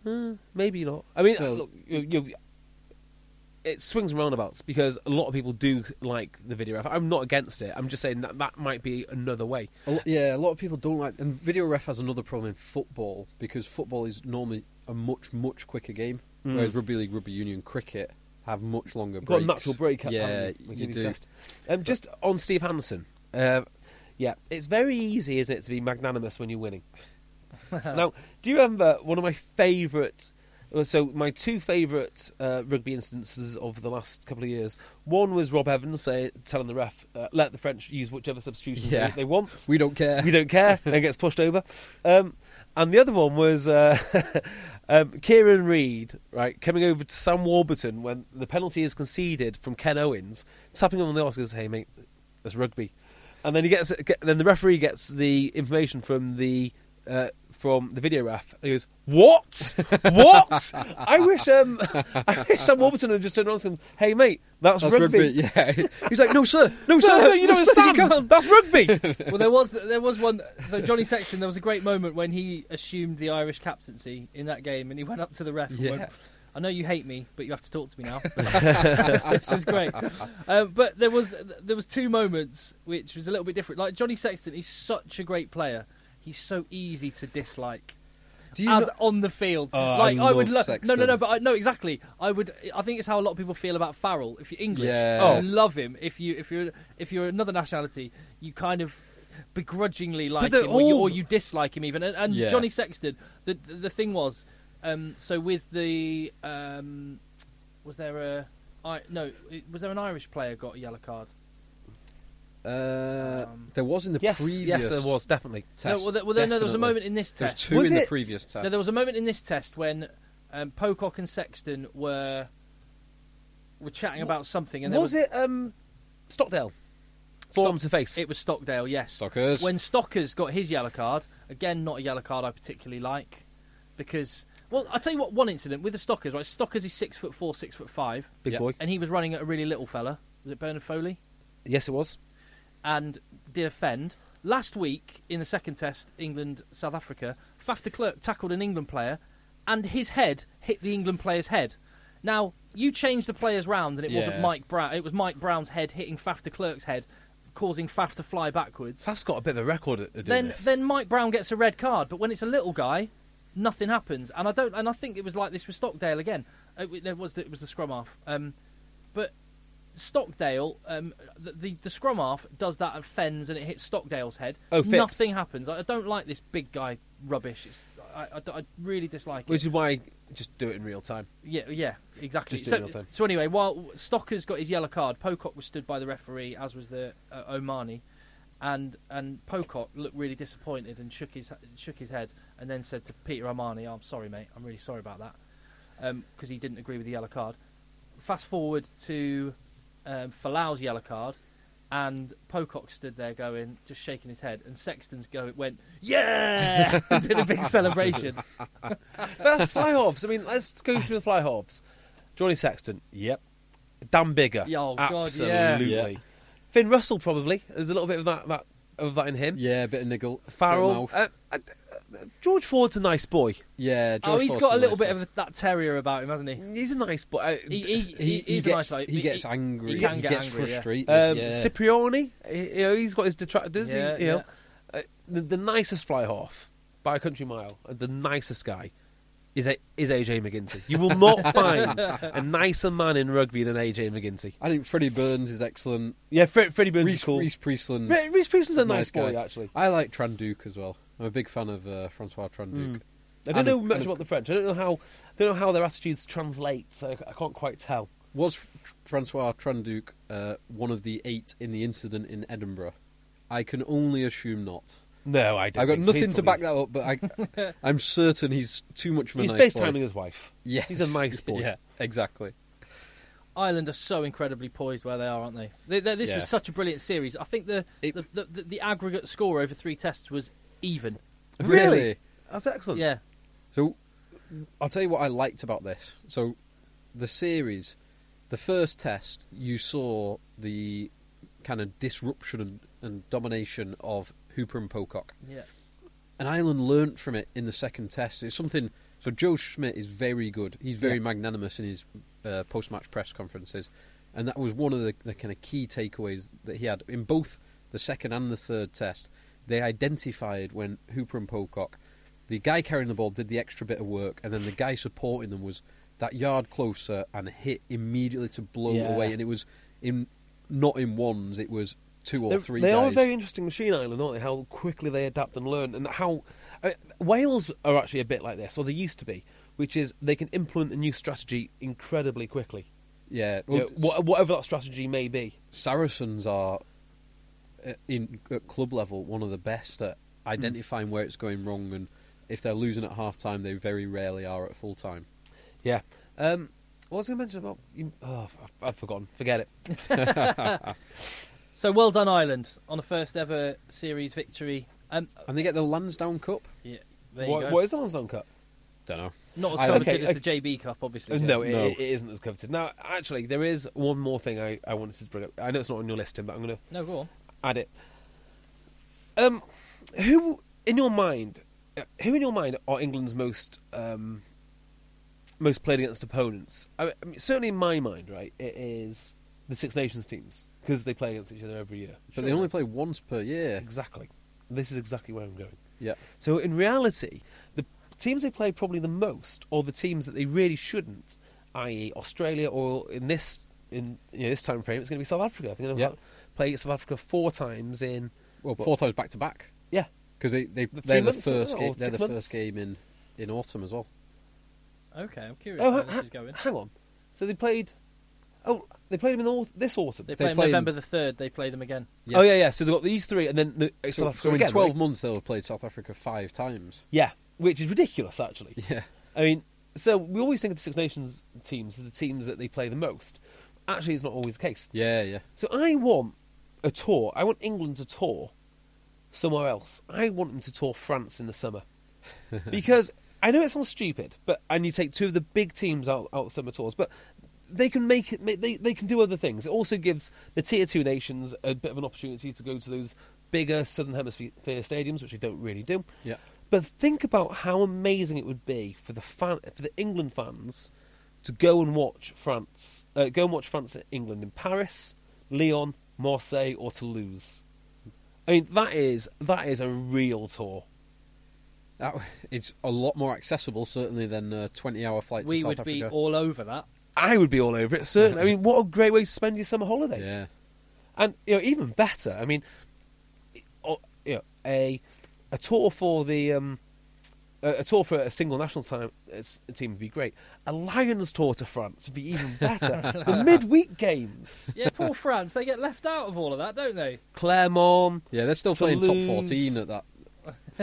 Hmm, maybe not. I mean, uh, Well- look, you, you, it swings and roundabouts because a lot of people do like the video. ref. I'm not against it. I'm just saying that that might be another way. A lo- yeah, a lot of people don't like. And video ref has another problem in football because football is normally a much much quicker game, whereas rugby league, rugby union, cricket have much longer Mm. You've got breaks. a natural break. Yeah, haven't you do. Um, just on Steve Anderson, uh, Yeah, it's very easy, isn't it, to be magnanimous when you're winning? now, do you remember one of my favourite? well, So my two favourite uh, rugby instances of the last couple of years. One was Rob Evans say, telling the ref, uh, "Let the French use whichever substitutions Yeah. they, they want. We don't care. We don't care." and gets pushed over. Um, and the other one was uh, um, Kieran Reid, right, coming over to Sam Warburton when the penalty is conceded from Ken Owens, tapping him on the Oscars, "Hey mate, that's rugby." And then he gets, get- then the referee gets the information from the uh, from the video ref. He goes, "What? What? I wish um, I wish Sam Warburton had just turned around to him. Hey mate, that's, That's rugby. rugby. Yeah. He's like, no, sir. No, sir, sir, you don't understand. can't." that's rugby. well, there was there was one. So Johnny Sexton, there was a great moment when he assumed the Irish captaincy in that game, and he went up to the ref. Yeah. And went, I know you hate me, but you have to talk to me now, which was great. Um, but there was there was two moments which was a little bit different. Like Johnny Sexton, he's such a great player. He's so easy to dislike. Do you as not- on the field. Oh, I like I, would love no, no, no. Sexton. But I, no, exactly. I would. I think it's how a lot of people feel about Farrell. If you're English, Yeah. Oh. you love him. If you if you're if you're another nationality, you kind of begrudgingly like they're him, or, you, all- or you dislike him even. And, and Yeah. Johnny Sexton. The the thing was, um, so with the um, was there a I, no was there an Irish player got a yellow card? Uh, Um, there was in the yes, previous. yes, there was definitely. Test, no, well, there, well, there, no, there was a definitely. moment in this There was test. two Was in it- the previous test. Now, there was a moment in this test when um, Pocock and Sexton were were chatting about something, and there was, was it um, Stockdale? Stock- Form to face. It was Stockdale, yes. Stockers. When Stockers got his yellow card, again, not a yellow card I particularly like because. Well, I'll tell you what, one incident with the Stockers, right? Stockers is six foot four, six foot five, Big Yeah. boy. and he was running at a really little fella. Was it Bernard Foley? Yes, it was. and did offend. Last week in the second test, England South Africa, Faf de Klerk tackled an England player, and his head hit the England player's head. Now you changed the players round, and it wasn't Yeah. Mike Brown. It was Mike Brown's head hitting Faf de Klerk's head, causing Faf to fly backwards. Faf's got a bit of a record at, at doing then, this. then Mike Brown gets a red card. But when it's a little guy, nothing happens. And I don't. And I think it was like this with Stockdale again. It, it was the, it was the scrum half. Um, but Stockdale, um, the, the the scrum half does that and fends and it hits Stockdale's head. Oh, Phipps. nothing happens. I, I don't like this big guy rubbish. It's, I, I d- I really dislike Which it. is why just do it in real time. Yeah, yeah, exactly. Just do it so, real time. so anyway, while Stocker's got his yellow card, Pocock was stood by the referee, as was the uh, Omani, and and Pocock looked really disappointed and shook his shook his head, and then said to Peter Omani, "I'm sorry, mate. I'm really sorry about that," because he didn't agree with the yellow card. Fast forward to um, Falau's yellow card, and Pocock stood there going, just shaking his head, and Sexton's go went, "Yeah!" and did a big celebration. That's fly halves. I mean, let's go through the fly halves. Johnny Sexton. Yep. Dan Bigger. Yeah, oh, God, yeah. absolutely. Yeah. Finn Russell probably. There's a little bit of that, that of that in him. Yeah, a bit of niggle. bit of Farrell. mouth. Uh, uh, uh, George Ford's a nice boy. yeah. Oh, George he's Forster got a little likes bit him. of that terrier about him, hasn't he? He's a nice boy. Uh, He, he, He, he, he is a gets, nice. Like, he gets angry. He can get gets angry. yeah. frustrated. um, yeah. Cipriani. He, you know, he's got his detractors. Yeah, he, you know. yeah. Uh, the, the nicest fly half by a country mile. uh, The nicest guy. Is, a, is AJ McGinty. You will not find a nicer man in rugby than AJ McGinty. I think Freddie Burns is excellent. Yeah, Fred, Freddie Burns Reese, is cool. Reese Priestland. Re- Reece Priestland's a is nice, boy, actually. I like Tranduc as well. I'm a big fan of uh, Francois Tranduc. Hmm. I don't And know of- much and of- about the French. I don't know how don't know how their attitudes translate. So I can't quite tell. Was Fr- Francois Tranduc uh, one of the eight in the incident in Edinburgh? I can only assume not. No, I don't. I've got think so. nothing He's to back probably- that up, but I, I'm certain he's too much of a He's nice boy. FaceTiming his wife. Yes. He's a nice boy. yeah, exactly. Ireland are so incredibly poised where they are, aren't they? they, they this Yeah. was such a brilliant series. I think the, It- the, the, the the aggregate score over three tests was even. Really? That's excellent. Yeah, So, I'll tell you what I liked about this. So, the series, the first test, you saw the kind of disruption and, and domination of Hooper and Pocock. yeah. And Ireland learnt from it in the second test. It's something. So Joe Schmidt is very good. He's very magnanimous in his uh, post-match press conferences, and that was one of the, the kind of key takeaways that he had in both the second and the third test. They identified when Hooper and Pocock, the guy carrying the ball, did the extra bit of work, and then the guy supporting them was that yard closer and hit immediately to blow Yeah. away. And it was in not in ones; it was two or They're- three they days. are a very interesting machine island, aren't they? How quickly they adapt and learn, and how I mean, Wales are actually a bit like this, or they used to be, which is they can implement a new strategy incredibly quickly, yeah, You well, know, wha- whatever that strategy may be. Saracens are uh, in at club level one of the best at identifying where it's going wrong, and if they're losing at half time, they very rarely are at full time. Yeah. Um, what was I going to mention about? You, oh, I've, I've forgotten. Forget it. So well done, Ireland, on a first ever series victory. Um, And they get the Lansdowne Cup. yeah, there you What, go. what is the Lansdowne Cup? Don't know. Not as I- coveted okay, as the JB Cup, obviously. Joe. Uh, No, it, No. it isn't as coveted. Now, actually, there is one more thing I, I wanted to bring up. I know it's not on your listing, but I'm going to no, go on. add it. Um, who in your mind, uh, who in your mind are England's most um, most played against opponents? I I mean, certainly in my mind, right, it is the Six Nations teams because they play against each other every year. But they only play once per year. Exactly. This is exactly where I'm going. Yeah. So in reality, the teams they play probably the most, or the teams that they really shouldn't, i.e., Australia, or in this in you know, this time frame, it's going to be South Africa. I think they'll Yeah. have- play South Africa four times in Well, four times back to back yeah. because they, they The they're three the months, first or game, they're six the months? first game in in autumn as well. Okay, I'm curious Oh, how ha- this is going. hang on. So they played. Oh, they played them in all, this autumn. They play them play in- November the third. They play them again. Oh yeah, yeah. So they got these three, and then the, South So, Africa so in again, right? twelve months they'll have played South Africa five times. Yeah, which is ridiculous, actually. Yeah. I mean, so we always think of the Six Nations teams as the teams that they play the most. Actually, it's not always the case. Yeah, yeah. So I want a tour. I want England to tour somewhere else. I want them to tour France in the summer because I know it sounds stupid, but and you take two of the big teams out out summer tours, but they can make it. ma- They they can do other things. It also gives the tier two nations a bit of an opportunity to go to those bigger southern hemisphere stadiums, which they don't really do. Yeah. But think about how amazing it would be for the fan, for the England fans to go and watch France, uh, go and watch France and England in Paris, Lyon, Marseille, or Toulouse. I mean, that is that is a real tour. That, it's a lot more accessible, certainly, than a 20 hour flight we to South would Africa. be all over that. I would be all over it. Certainly. I mean, what a great way to spend your summer holiday. yeah. And you know, even better. I mean, o- you know, a a tour for the um, a, a tour for a single national time uh, s- team would be great. A Lions tour to France would be even better. the midweek games, Yeah, poor France. They get left out of all of that, don't they? Clermont. Yeah, they're still playing top Toulouse. 14 at that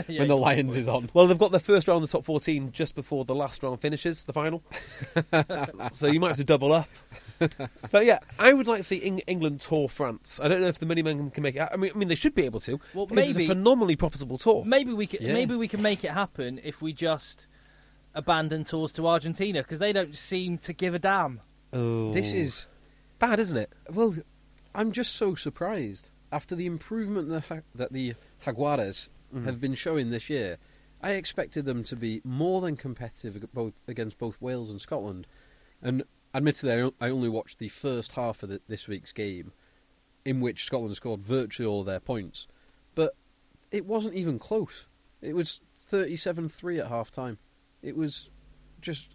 Yeah, when the Lions is on. Well, they've got their first round of the top fourteen just before the last round finishes, the final. so you might have to double up. but yeah, I would like to see Eng- England tour France. I don't know if the money men can- can make it. I mean, I mean they should be able to. Well, because maybe- it's a phenomenally profitable tour. Maybe we could. Yeah. Maybe we can make it happen if we just abandon tours to Argentina because they don't seem to give a damn. This is. bad, isn't it? Well, I'm just so surprised. After the improvement the, Ha- that the Jaguares have been showing this year, I expected them to be more than competitive ag- both against both Wales and Scotland. And admittedly, I o- I only watched the first half of the, this week's game, in which Scotland scored virtually all of their points. But it wasn't even close. It was 37 3 at half time. It was just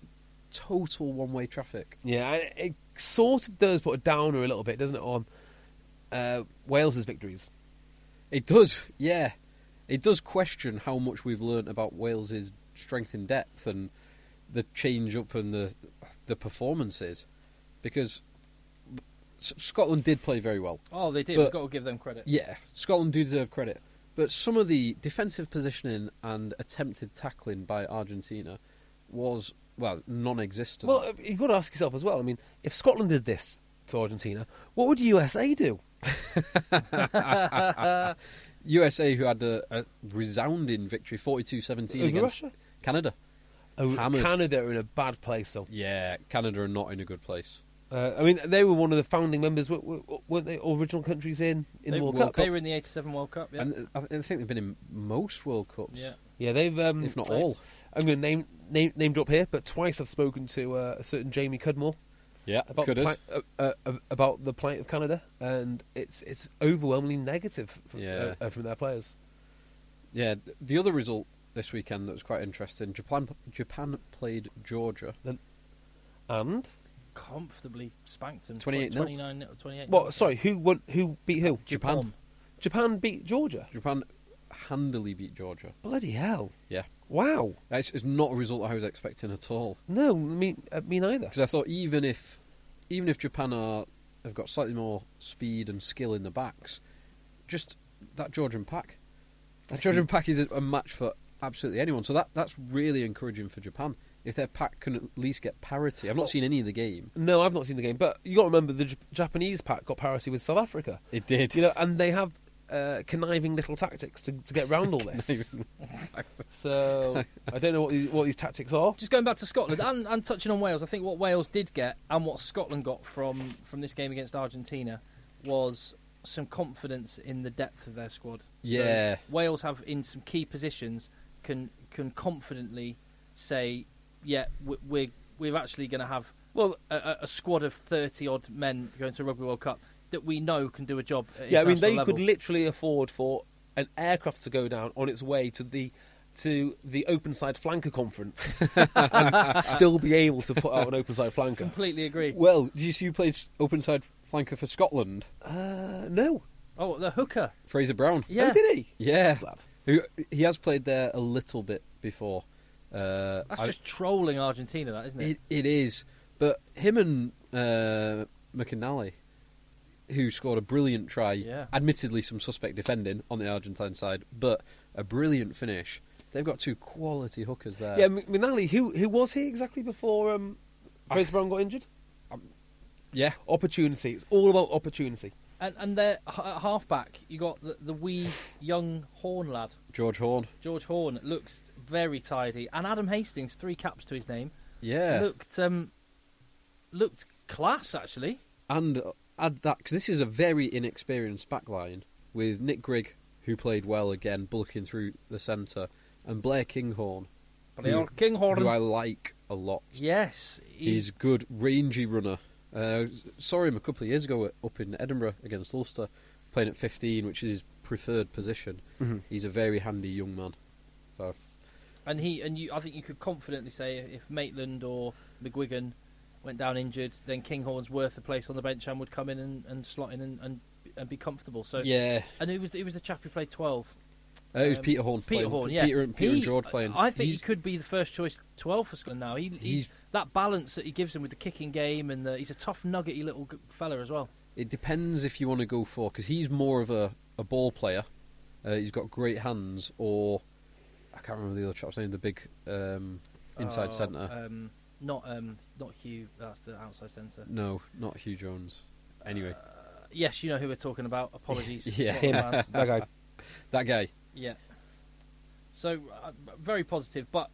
total one way traffic. Yeah, I- it sort of does put a downer a little bit, doesn't it, on uh, Wales's victories? It does, yeah. It does question how much we've learnt about Wales's strength in depth and the change up and the the performances, because S- Scotland did play very well. Oh, they did. But- We've got to give them credit. Yeah, Scotland do deserve credit, but some of the defensive positioning and attempted tackling by Argentina was well non-existent. Well, uh, you've got to ask yourself as well. I mean, if Scotland did this to Argentina, what would USA do? USA, who had a, a resounding victory, 42-17 Over against Russia? Canada. Oh, Hammered. Canada are in a bad place, though. Yeah, Canada are not in a good place. Uh, I mean, they were one of the founding members, were- were- weren't they? All original countries in in they, the World, Cup. they were in the '87 World Cup. Yeah. And uh, I, I think they've been in most World Cups, Yeah. Yeah, they've um, if not all. I, am going to name name name drop here, but twice I've spoken to uh, a certain Jamie Cudmore Yeah, about the plight, uh, uh, uh, about the plight of Canada, and it's it's overwhelmingly negative from, Yeah. uh, uh, from their players. yeah. The other result this weekend that was quite interesting: Japan Japan played Georgia. And God, comfortably spanked them. 28 nil. 29 or 28. What? Sorry, who won, who beat who? Japan. Japan beat Georgia. Japan handily beat Georgia. Bloody hell! Yeah. Wow. It's, it's not a result I was expecting at all. No, me, uh, me neither. Because I thought even if even if Japan are have got slightly more speed and skill in the backs, just that Georgian pack. That Georgian pack is a, a match for absolutely anyone. So that that's really encouraging for Japan. If their pack can at least get parity, I've not seen any of the game. No, I've not seen the game, but you got to remember the J- Japanese pack got parity with South Africa. It did. You know, and they have uh, conniving little tactics to, to get round all this. so I don't know what these, what these tactics are. Just going back to Scotland and, and touching on Wales, I think what Wales did get and what Scotland got from, from this game against Argentina was some confidence in the depth of their squad. So Yeah. Wales have in some key positions can can confidently say, yeah, we- we're we're actually going to have Well, a, a, a squad of thirty odd men going to a Rugby World Cup that we know can do a job. At yeah, I mean international they level. could literally afford for an aircraft to go down on its way to the to the open side flanker conference and still be able to put out an open side flanker. completely agree. Well, did you see who played open side flanker for Scotland? Uh, no, Oh, the hooker. Fraser Brown. Yeah. oh, did he? Yeah. Lad. Who he has played there a little bit before. Uh, That's I- just trolling Argentina, that isn't it? It, it is. But him and uh, McAnally, who scored a brilliant try, Yeah. admittedly some suspect defending on the Argentine side, but a brilliant finish. They've got two quality hookers there. yeah, M- Minali. Who who was he exactly before um, Fraser Brown got injured? yeah. Opportunity. It's all about opportunity. And and their h- at halfback, you got the, the wee young Horn lad, George Horn. George Horn, looks very tidy, and Adam Hastings, three caps to his name, Yeah, looked um, looked class actually. and add that because this is a very inexperienced backline with Nick Grigg, who played well again, bulking through the centre, and Blair Kinghorn, But they are King Horn. who Hmm. I like a lot. Yes, he- He's good, rangy runner. Uh, saw him a couple of years ago at- up in Edinburgh against Ulster, playing at 15, which is his preferred position. Mm-hmm. He's a very handy young man. So, and he and you. I think you could confidently say if Maitland or McGuigan went down injured, then Kinghorn's worth a place on the bench and would come in and, and slot in and, and and be comfortable. So yeah, and it was it was the chap who played twelve. uh, it was Um, Peter Horn. Peter playing- Horn, yeah. Peter, and, Peter He- and George playing. I think He's- he could be the first choice twelve for Scotland now. He, he's, He's- that balance that he gives them with the kicking game, and the, he's a tough, nuggety little g- fella as well. It depends if you want to go for because he's more of a, a ball player. Uh, he's got great hands, or I can't remember the other chap's name, the big um, inside Oh, centre. Um, not um, not Hugh. That's the outside centre. no, not Hugh Jones. Anyway, uh, Yes, you know who we're talking about. Apologies. Yeah. Scotland fans. That guy. that guy. Yeah. So uh, very positive, but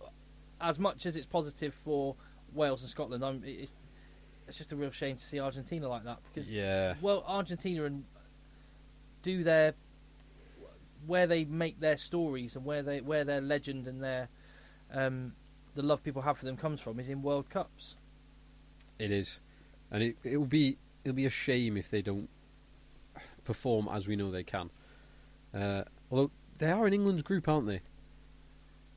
as much as it's positive for Wales and Scotland, I'm, it's, it's just a real shame to see Argentina like that because Yeah. well, Argentina and do their where they make their stories and where they where their legend and their um, the love people have for them comes from is in World Cups. It is, and it it will be it'll be a shame if they don't perform as we know they can. Uh, although they are in England's group, aren't they?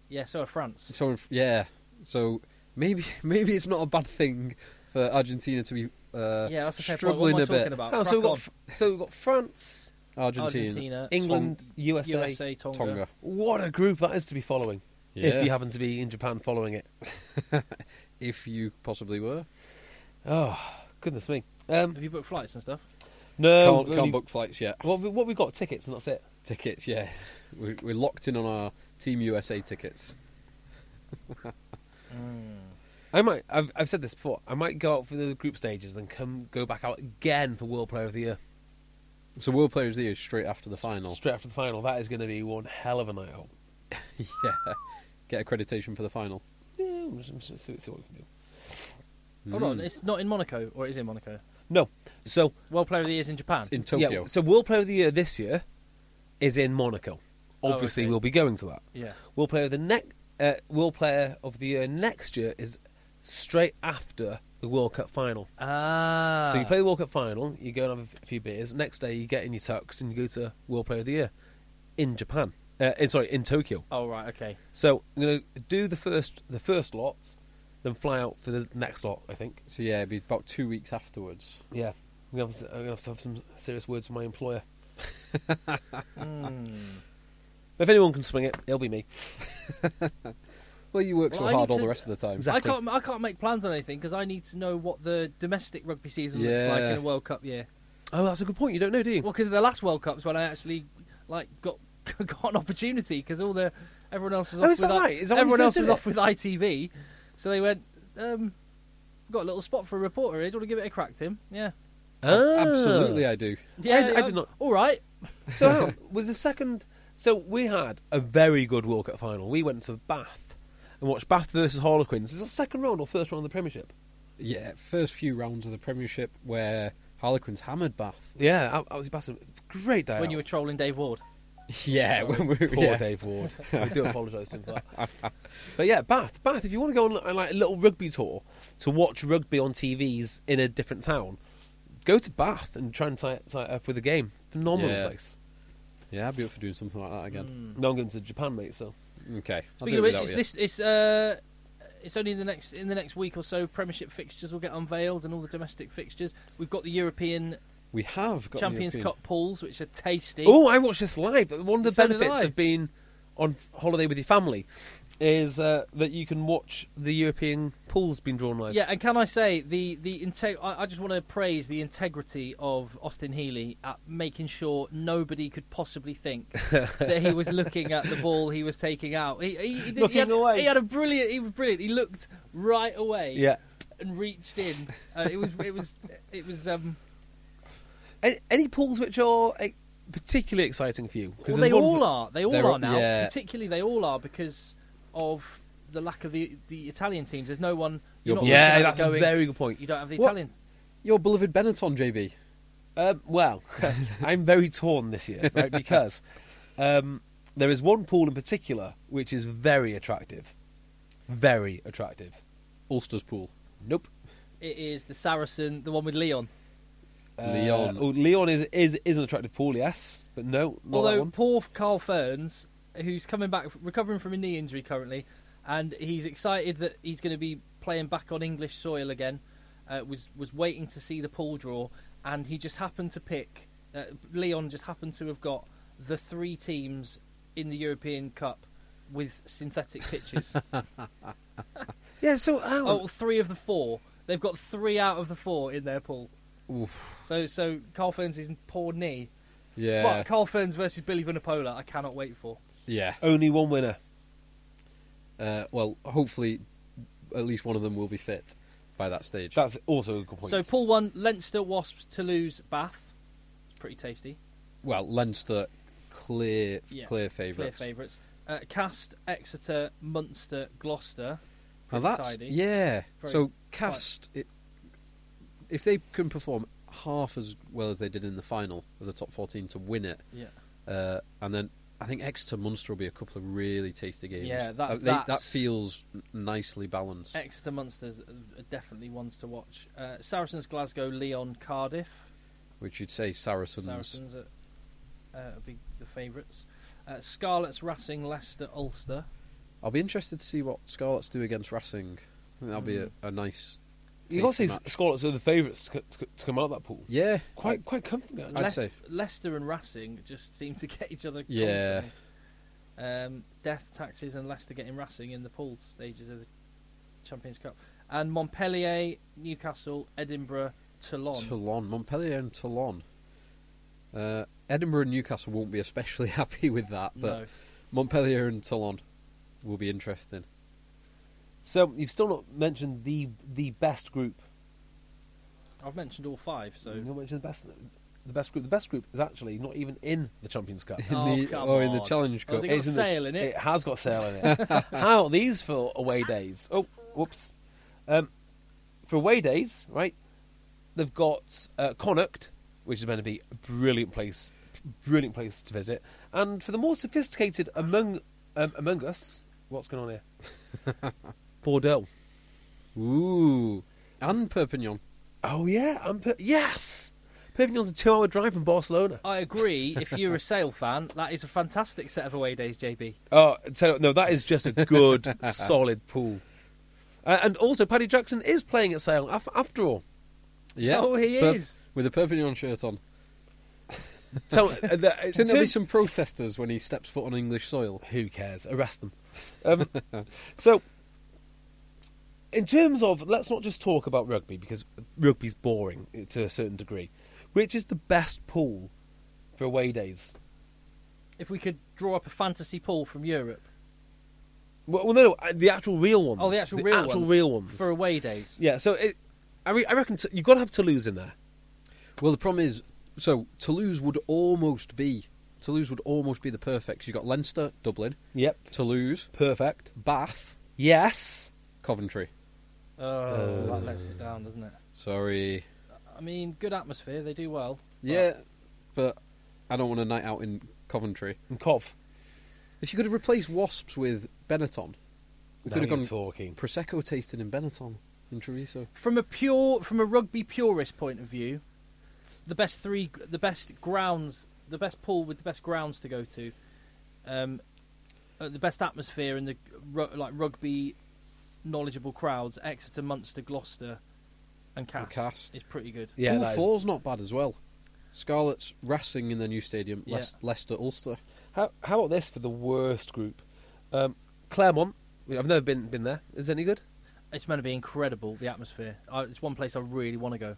Yeah, so are France. So yeah, so maybe maybe it's not a bad thing for Argentina to be uh, yeah, that's a fair point. What struggling am I a bit. talking about? Oh, so Crack we've got on. f- so we've got France, Argentina, Argentina, England, Tong- USA. USA, Tonga. Tonga. What a group that is to be following. Yeah. If you happen to be in Japan following it. if you possibly were. Oh goodness me. Um, Have you booked flights and stuff? no, can't we- can't book flights yet. What we, what we got tickets and that's it. Tickets, yeah, we're, we're locked in on our Team USA tickets. I might. I've, I've said this before. I might go out for the group stages, then come go back out again for World Player of the Year So World Player of the Year is straight after the final. straight after the final. That is going to be one hell of a night out. yeah, get accreditation for the final. Yeah, we'll just- just see, see what we can do. Hold Mm. Hmm. on, it's not in Monaco, or it is in Monaco. No, so World Player of the Year is in Japan. in Tokyo. yeah, so World Player of the Year this year is in Monaco. Oh, Obviously, okay. we'll be going to that. yeah. World Player of the next uh, World Player of the Year next year is straight after the World Cup final. Ah. So you play the World Cup final, you go and have a few beers. Next day, you get in your tux and you go to World Player of the Year in Japan. Uh, in, sorry, in Tokyo. Oh right, okay. So I'm going to do the first the first lot, then fly out for the next lot. I think. So yeah, it'd be about two weeks afterwards. Yeah, I'm gonna have, to- I'm gonna have to have some serious words with my employer. Hmm. If anyone can swing it, it'll be me. Well, you work so Well, I hard need all to- the rest of the time. Exactly. I can't. I can't make plans on anything because I need to know what the domestic rugby season looks like Yeah. in a World Cup year. Oh, that's a good point. You don't know, do you? Well, because the last World Cups when I actually like got got an opportunity because all the everyone else was Oh, off is with that I- right? Is that when you everyone first else did was it? off with ITV, so they went. Um, got a little spot for a reporter. here. Do you want to give it a crack, Tim? Yeah, Ah. Absolutely, I do. yeah. I yeah. did not- All right. So hang on, was the second. So we had a very good World Cup final. We went to Bath and watched Bath versus Harlequins. Is that second round or first round of the Premiership? Yeah, first few rounds of the Premiership where Harlequins hammered Bath. Yeah, I, I was Bath. Great day. When out. you were trolling Dave Ward, Yeah, when we Poor yeah. Dave Ward. I do apologise to him for that. But yeah, Bath, Bath. If you want to go on uh, like a little rugby tour to watch rugby on TVs in a different town, go to Bath and try and tie, it- tie it up with a game. Phenomenal Yeah. place. Yeah, I'd be up for doing something like that again. Hmm. Now I'm going to Japan, mate. So Okay. I'll speaking do of which, it without it's, you. this, it's uh, it's only in the next in the next week or so. Premiership fixtures will get unveiled, and all the domestic fixtures. We've got the European we have got the Champions European- Cup pools, which are tasty. oh, I watched this live. One of the So did benefits I. of being on holiday with your family is uh, that you can watch the European pools being drawn live. Yeah, and can I say the the integ- I, I just want to praise the integrity of Austin Healy at making sure nobody could possibly think that he was looking at the ball he was taking out. He, he, he, did- he Looking had, away. he had a brilliant. He was brilliant. He looked right away. yeah. and reached in. Uh, it was it was it was. Um, A- Any pools which are uh, particularly exciting for you? 'Cause well, there's they one- all are. They all They're all- are now. yeah. Particularly, they all are because of the lack of the the Italian teams. There's no one. You're Your not ball- looking at Yeah, it that's going, a very good point. You don't have the What? Italian. Your beloved Benetton, JB. Um, well, I'm very torn this year, right? Because um, there is one pool in particular which is very attractive. Very attractive. Ulster's pool. Nope. It is the Saracen, the one with Leon. Leon. Uh, oh, Leon is, is is an attractive pool, yes, but no, not that Although one. poor Carl Ferns, who's coming back, recovering from a knee injury currently, and he's excited that he's going to be playing back on English soil again. Uh, was was waiting to see the pool draw, and he just happened to pick. Uh, Leon just happened to have got the three teams in the European Cup with synthetic pitches. Yeah, so um, oh, three of the four. They've got three out of the four in their pool. So so Carl Ferns is in poor knee. Yeah. But Carl Ferns versus Billy Vanapola, I cannot wait for. Yeah. only one winner. Uh, well, hopefully, at least one of them will be fit by that stage. That's also a good point. So pool one: Leinster, Wasps, Toulouse, Bath. It's pretty tasty. well, Leinster, clear, Yeah, clear favourites. Clear favourites. Uh, Cast, Exeter, Munster, Gloucester. Now Pretty that's tidy. yeah. Very so cast it, if they can perform half as well as they did in the final of the top fourteen to win it, Yeah. uh, and then I think Exeter Munster will be a couple of really tasty games. Yeah, that- Uh, they- that that's- feels n- nicely balanced. Exeter, Munsters are definitely ones to watch. Uh, Saracens, Glasgow, Leon, Cardiff. which you'd say Saracens. Saracens are uh, would be the favourites. Uh, Scarlets, Racing, Leicester, Ulster. I'll be interested to see what Scarlets do against Racing. I think that'll be Mm. a, a nice. you got to tasty say match. Scarlets are the favourites to, c- to come out of that pool. Yeah, Quite quite comfortably. actually. I'd Le- say- Leicester and Racing just seem to get each other. Yeah. Constantly. Um, death taxes and Leicester getting Racing in the pool stages of the Champions Cup, and Montpellier, Newcastle, Edinburgh, Toulon. Toulon, Montpellier, and Toulon. Uh, Edinburgh and Newcastle won't be especially happy with that, but No. Montpellier and Toulon will be interesting. So you've still not mentioned the the best group I've mentioned all five, so You know which is the best? The best group. The best group is actually not even in the Champions Cup. In Oh, the, come oh, in the on. Challenge Oh, Cup. they got It's in the- Sale in it. It has got Sale in it. How these for away days? Oh, whoops. Um, for away days, right? They've got uh, Connacht, which is going to be a brilliant place, brilliant place to visit. And for the more sophisticated among um, among us, what's going on here? Bordeaux. Ooh, and Perpignan. Oh yeah, I'm per- yes. Perpignan's a two-hour drive from Barcelona. I agree. If you're a Sale fan, that is a fantastic set of away days, JB. Oh, so no, that is just a good, solid pool. Uh, and also, Paddy Jackson is playing at Sale af- after all. Yeah. Oh, he but is. With a Perpignan shirt on. So, uh, the, Do you think there'll be some protesters when he steps foot on English soil? who cares? Arrest them. Um, so, in terms of, let's not just talk about rugby because rugby's boring to a certain degree. Which is the best pool for away days? If we could draw up a fantasy pool from Europe. Well, well, no, uh, the actual real ones. Oh, the actual real actual ones. real ones. For away days. yeah, so it, I, re- I reckon t- you've got to have Toulouse in there. Well, the problem is, so Toulouse would almost be Toulouse would almost be the perfect. You got Leinster, Dublin, Yep. Toulouse, Perfect. Bath, Yes. Coventry. Oh, that lets Uh, it down, doesn't it? Sorry. I mean, good atmosphere. They do well. but- Yeah, but I don't want a night out in Coventry. And Cov. If you could have replaced wasps with Benetton, we Now could have you're gone talking. prosecco tasting in Benetton in Treviso. from a pure, from a rugby purist point of view, the best three, the best grounds, the best pool with the best grounds to go to, um, uh, the best atmosphere and the ru- like rugby knowledgeable crowds. Exeter, Munster, Gloucester, and Cast, Cast. is pretty good. Yeah, Ooh, that is- four's not bad as well. Scarlets Racing in their new stadium, Yeah. Leic- Leicester Ulster. How, how about this for the worst group? Um, Claremont. I've never been been there. Is it any good? It's meant to be incredible. The atmosphere. Uh, it's one place I really want to go.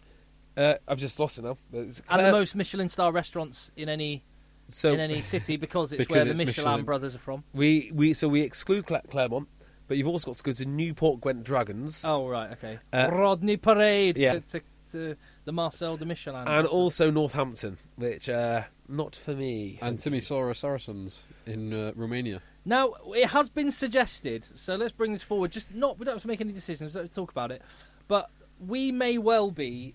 Uh, I've just lost it now. It's And Clare- the most Michelin star restaurants in any so in any city because it's Because where it's the Michelin, Michelin. brothers are from. we we so we exclude Cla- Claremont, but you've also got to go to Newport Gwent Dragons, Oh right, okay. Uh, Rodney Parade yeah. to, to, to the Marcel de Michelin, and also Northampton, which uh, not for me. And Timisoara Saracens in uh, Romania. Now it has been suggested, so let's bring this forward. Just not, we don't have to make any decisions. Don't talk about it, but we may well be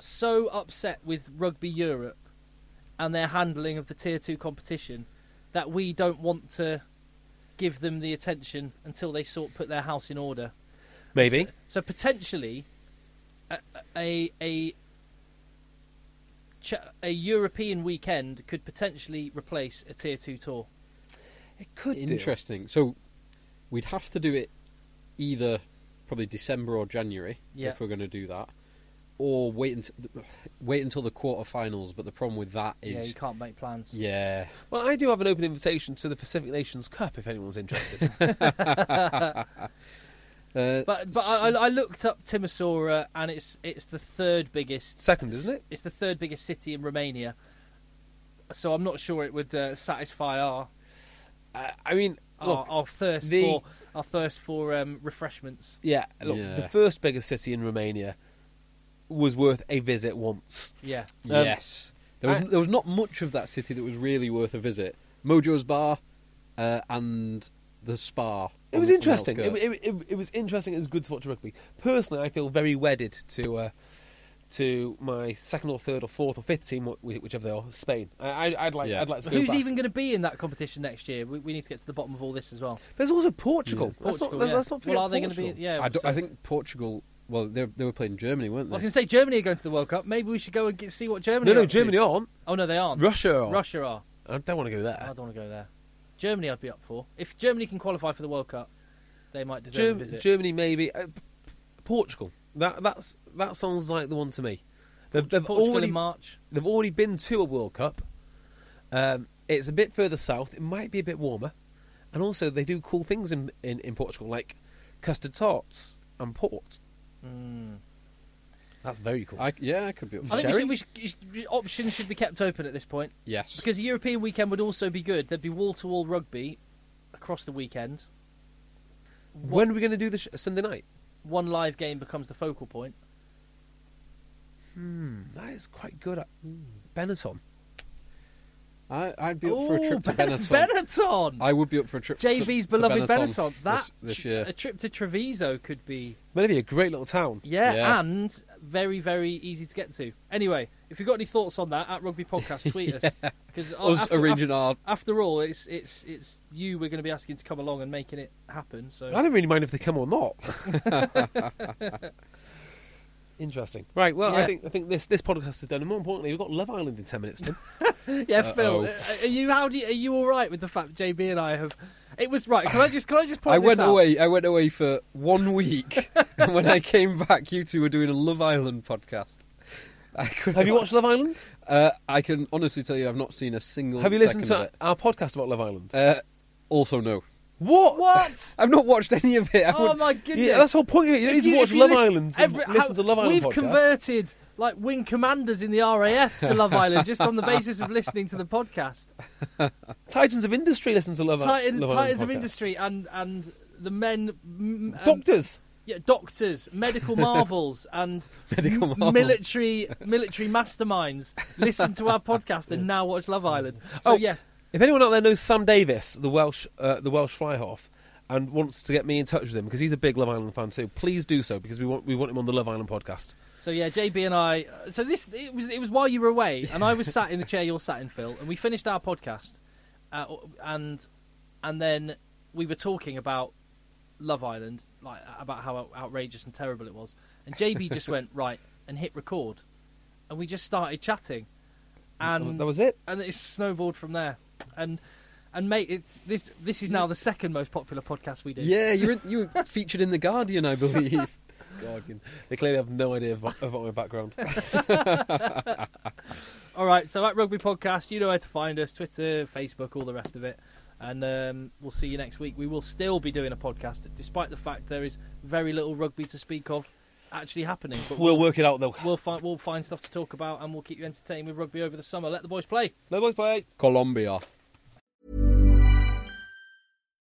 so upset with Rugby Europe and their handling of the Tier Two competition that we don't want to give them the attention until they sort put their house in order. maybe So, so potentially, a a a, cha- a European weekend could potentially replace a tier two tour. it could Interesting. So we'd have to do it either probably December or January Yeah. if we're going to do that, or wait until wait until the quarterfinals. But the problem with that yeah, you is, can't make plans. yeah, Do. Well, I do have an open invitation to the Pacific Nations Cup if anyone's interested. Uh, But but I, I I looked up Timisoara, and it's it's the third biggest. Second, isn't it? It's the third biggest city in Romania. So I'm not sure it would uh, satisfy our I, Uh, I mean, our, look, our thirst the- for our thirst for um, refreshments. yeah, look, Yeah. the first biggest city in Romania was worth a visit once. Yeah. Um, yes, there was I- there was not much of that city that was really worth a visit. Mojo's Bar uh, and the Spa. It was on the- on the interesting. It, outskirts. it, it, it was interesting. It was good to watch rugby. Personally, I feel very wedded to uh, to my second or third or fourth or fifth team, wh- whichever they are, Spain. I, I, I'd like Yeah. I'd like to But go who's back. even going to be in that competition next year? We, we need to get to the bottom of all this as well. There's also Portugal. Yeah. Let's Portugal, not, yeah. let's not forget Well, are they gonna be- Portugal. yeah, I, don't- I so- think Portugal. Well, they they were playing Germany, weren't I they? was going to say Germany are going to the World Cup. Maybe we should go and get, see what Germany. No, are no, up to. Germany aren't. Oh no, they aren't. Russia are. Russia Oh, are. I don't want to go I there. don't want to go there. Germany, I'd be up for. If Germany can qualify for the World Cup, they might deserve a Germ- visit. Germany maybe. Uh, P- Portugal. That that's that sounds like the one to me. They've, they've Portugal already in March. they've already been to a World Cup. Um, it's a bit further south. It might be a bit warmer, and also they do cool things in in, in Portugal, like custard tarts and port. That's very cool. I, yeah, I could be. Up for Hmm. I it. think we Sherry? should, we should, you should- options should be kept open at this point yes, because the European weekend would also be good. There'd be wall to wall rugby across the weekend. when are we going to do the sh- Sunday night? One live game becomes the focal point. That is quite good. At Benetton. I, I'd be up for a Ooh, trip to Oh, Ben- Benetton. Benetton! I would be up for a trip. to- JV's to beloved Benetton. this- That this, tr- year. a trip to Treviso could be It's going to be a great little town. yeah, Yeah. and very very easy to get to. Anyway, if you've got any thoughts on that at Rugby Podcast, tweet us because Us arranging our. After all, it's it's it's you we're going to be asking to come along and making it happen. So I don't really mind if they come or not. Interesting. Right. Well, I Yeah. think I think this this podcast is done, and more importantly, we've got Love Island in ten minutes. Tim. yeah, Phil, Uh-oh. uh, are you how do you, are you all right with the fact JB and I have It was right. Can I just can I just point I this went out? away. I went away for one week, and when I came back, you two were doing a Love Island podcast. I could. Have you watched Love Island? Uh, I can honestly tell you, I've not seen a single. Have you listened second to our podcast about Love Island? of it. Uh, also, no. what? What? I've not watched any of it. I oh wouldn't- my goodness! Yeah, that's the whole point of it. You If need to you- watch if you Love listen- Island. every- and listen how- to Love Island. We've podcast. converted like wing commanders in the RAF to Love Island just on the basis of listening to the podcast. Titans of Industry. Listen to Love, I- Titan, Love Island. Titans of podcast. industry um, and and the men, m- and- Doctors. yeah, doctors, medical marvels, and Medical m- marvels. military military masterminds. Listen to our podcast and now watch Love Island. So Oh. yes, If anyone out there knows Sam Davis, the Welsh, uh, the Welsh fly half, and wants to get me in touch with him because he's a big Love Island fan too, please do so because we want we want him on the Love Island podcast. So yeah, JB and I. uh, So this it was it was while you were away, and I was sat in the chair you're sat in, Phil, and we finished our podcast, uh, and and then we were talking about Love Island, like about how out- outrageous and terrible it was, and JB just went right and hit record, and we just started chatting, and that was it. and it's snowballed from there, and and mate, it's this this is now the second most popular podcast we do. Yeah, you were, you were featured in the Guardian, I believe. Guardian. They clearly have no idea about, about my background. All right, so at Rugby Podcast, you know where to find us Twitter, Facebook, all the rest of it. And um, we'll see you next week. We will still be doing a podcast, despite the fact there is very little rugby to speak of actually happening. But we'll work it out though. we'll, find, we'll find stuff to talk about and we'll keep you entertained with rugby over the summer. Let the boys play. No boys, bye. Colombia.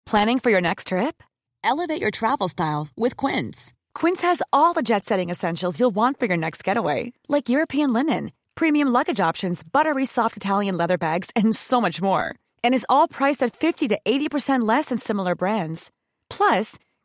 Planning for your next trip? Elevate your travel style with Quince. Quince has all the jet setting essentials you'll want for your next getaway, like European linen, premium luggage options, buttery soft Italian leather bags, and so much more. And is all priced at 50 to 80% less than similar brands. Plus,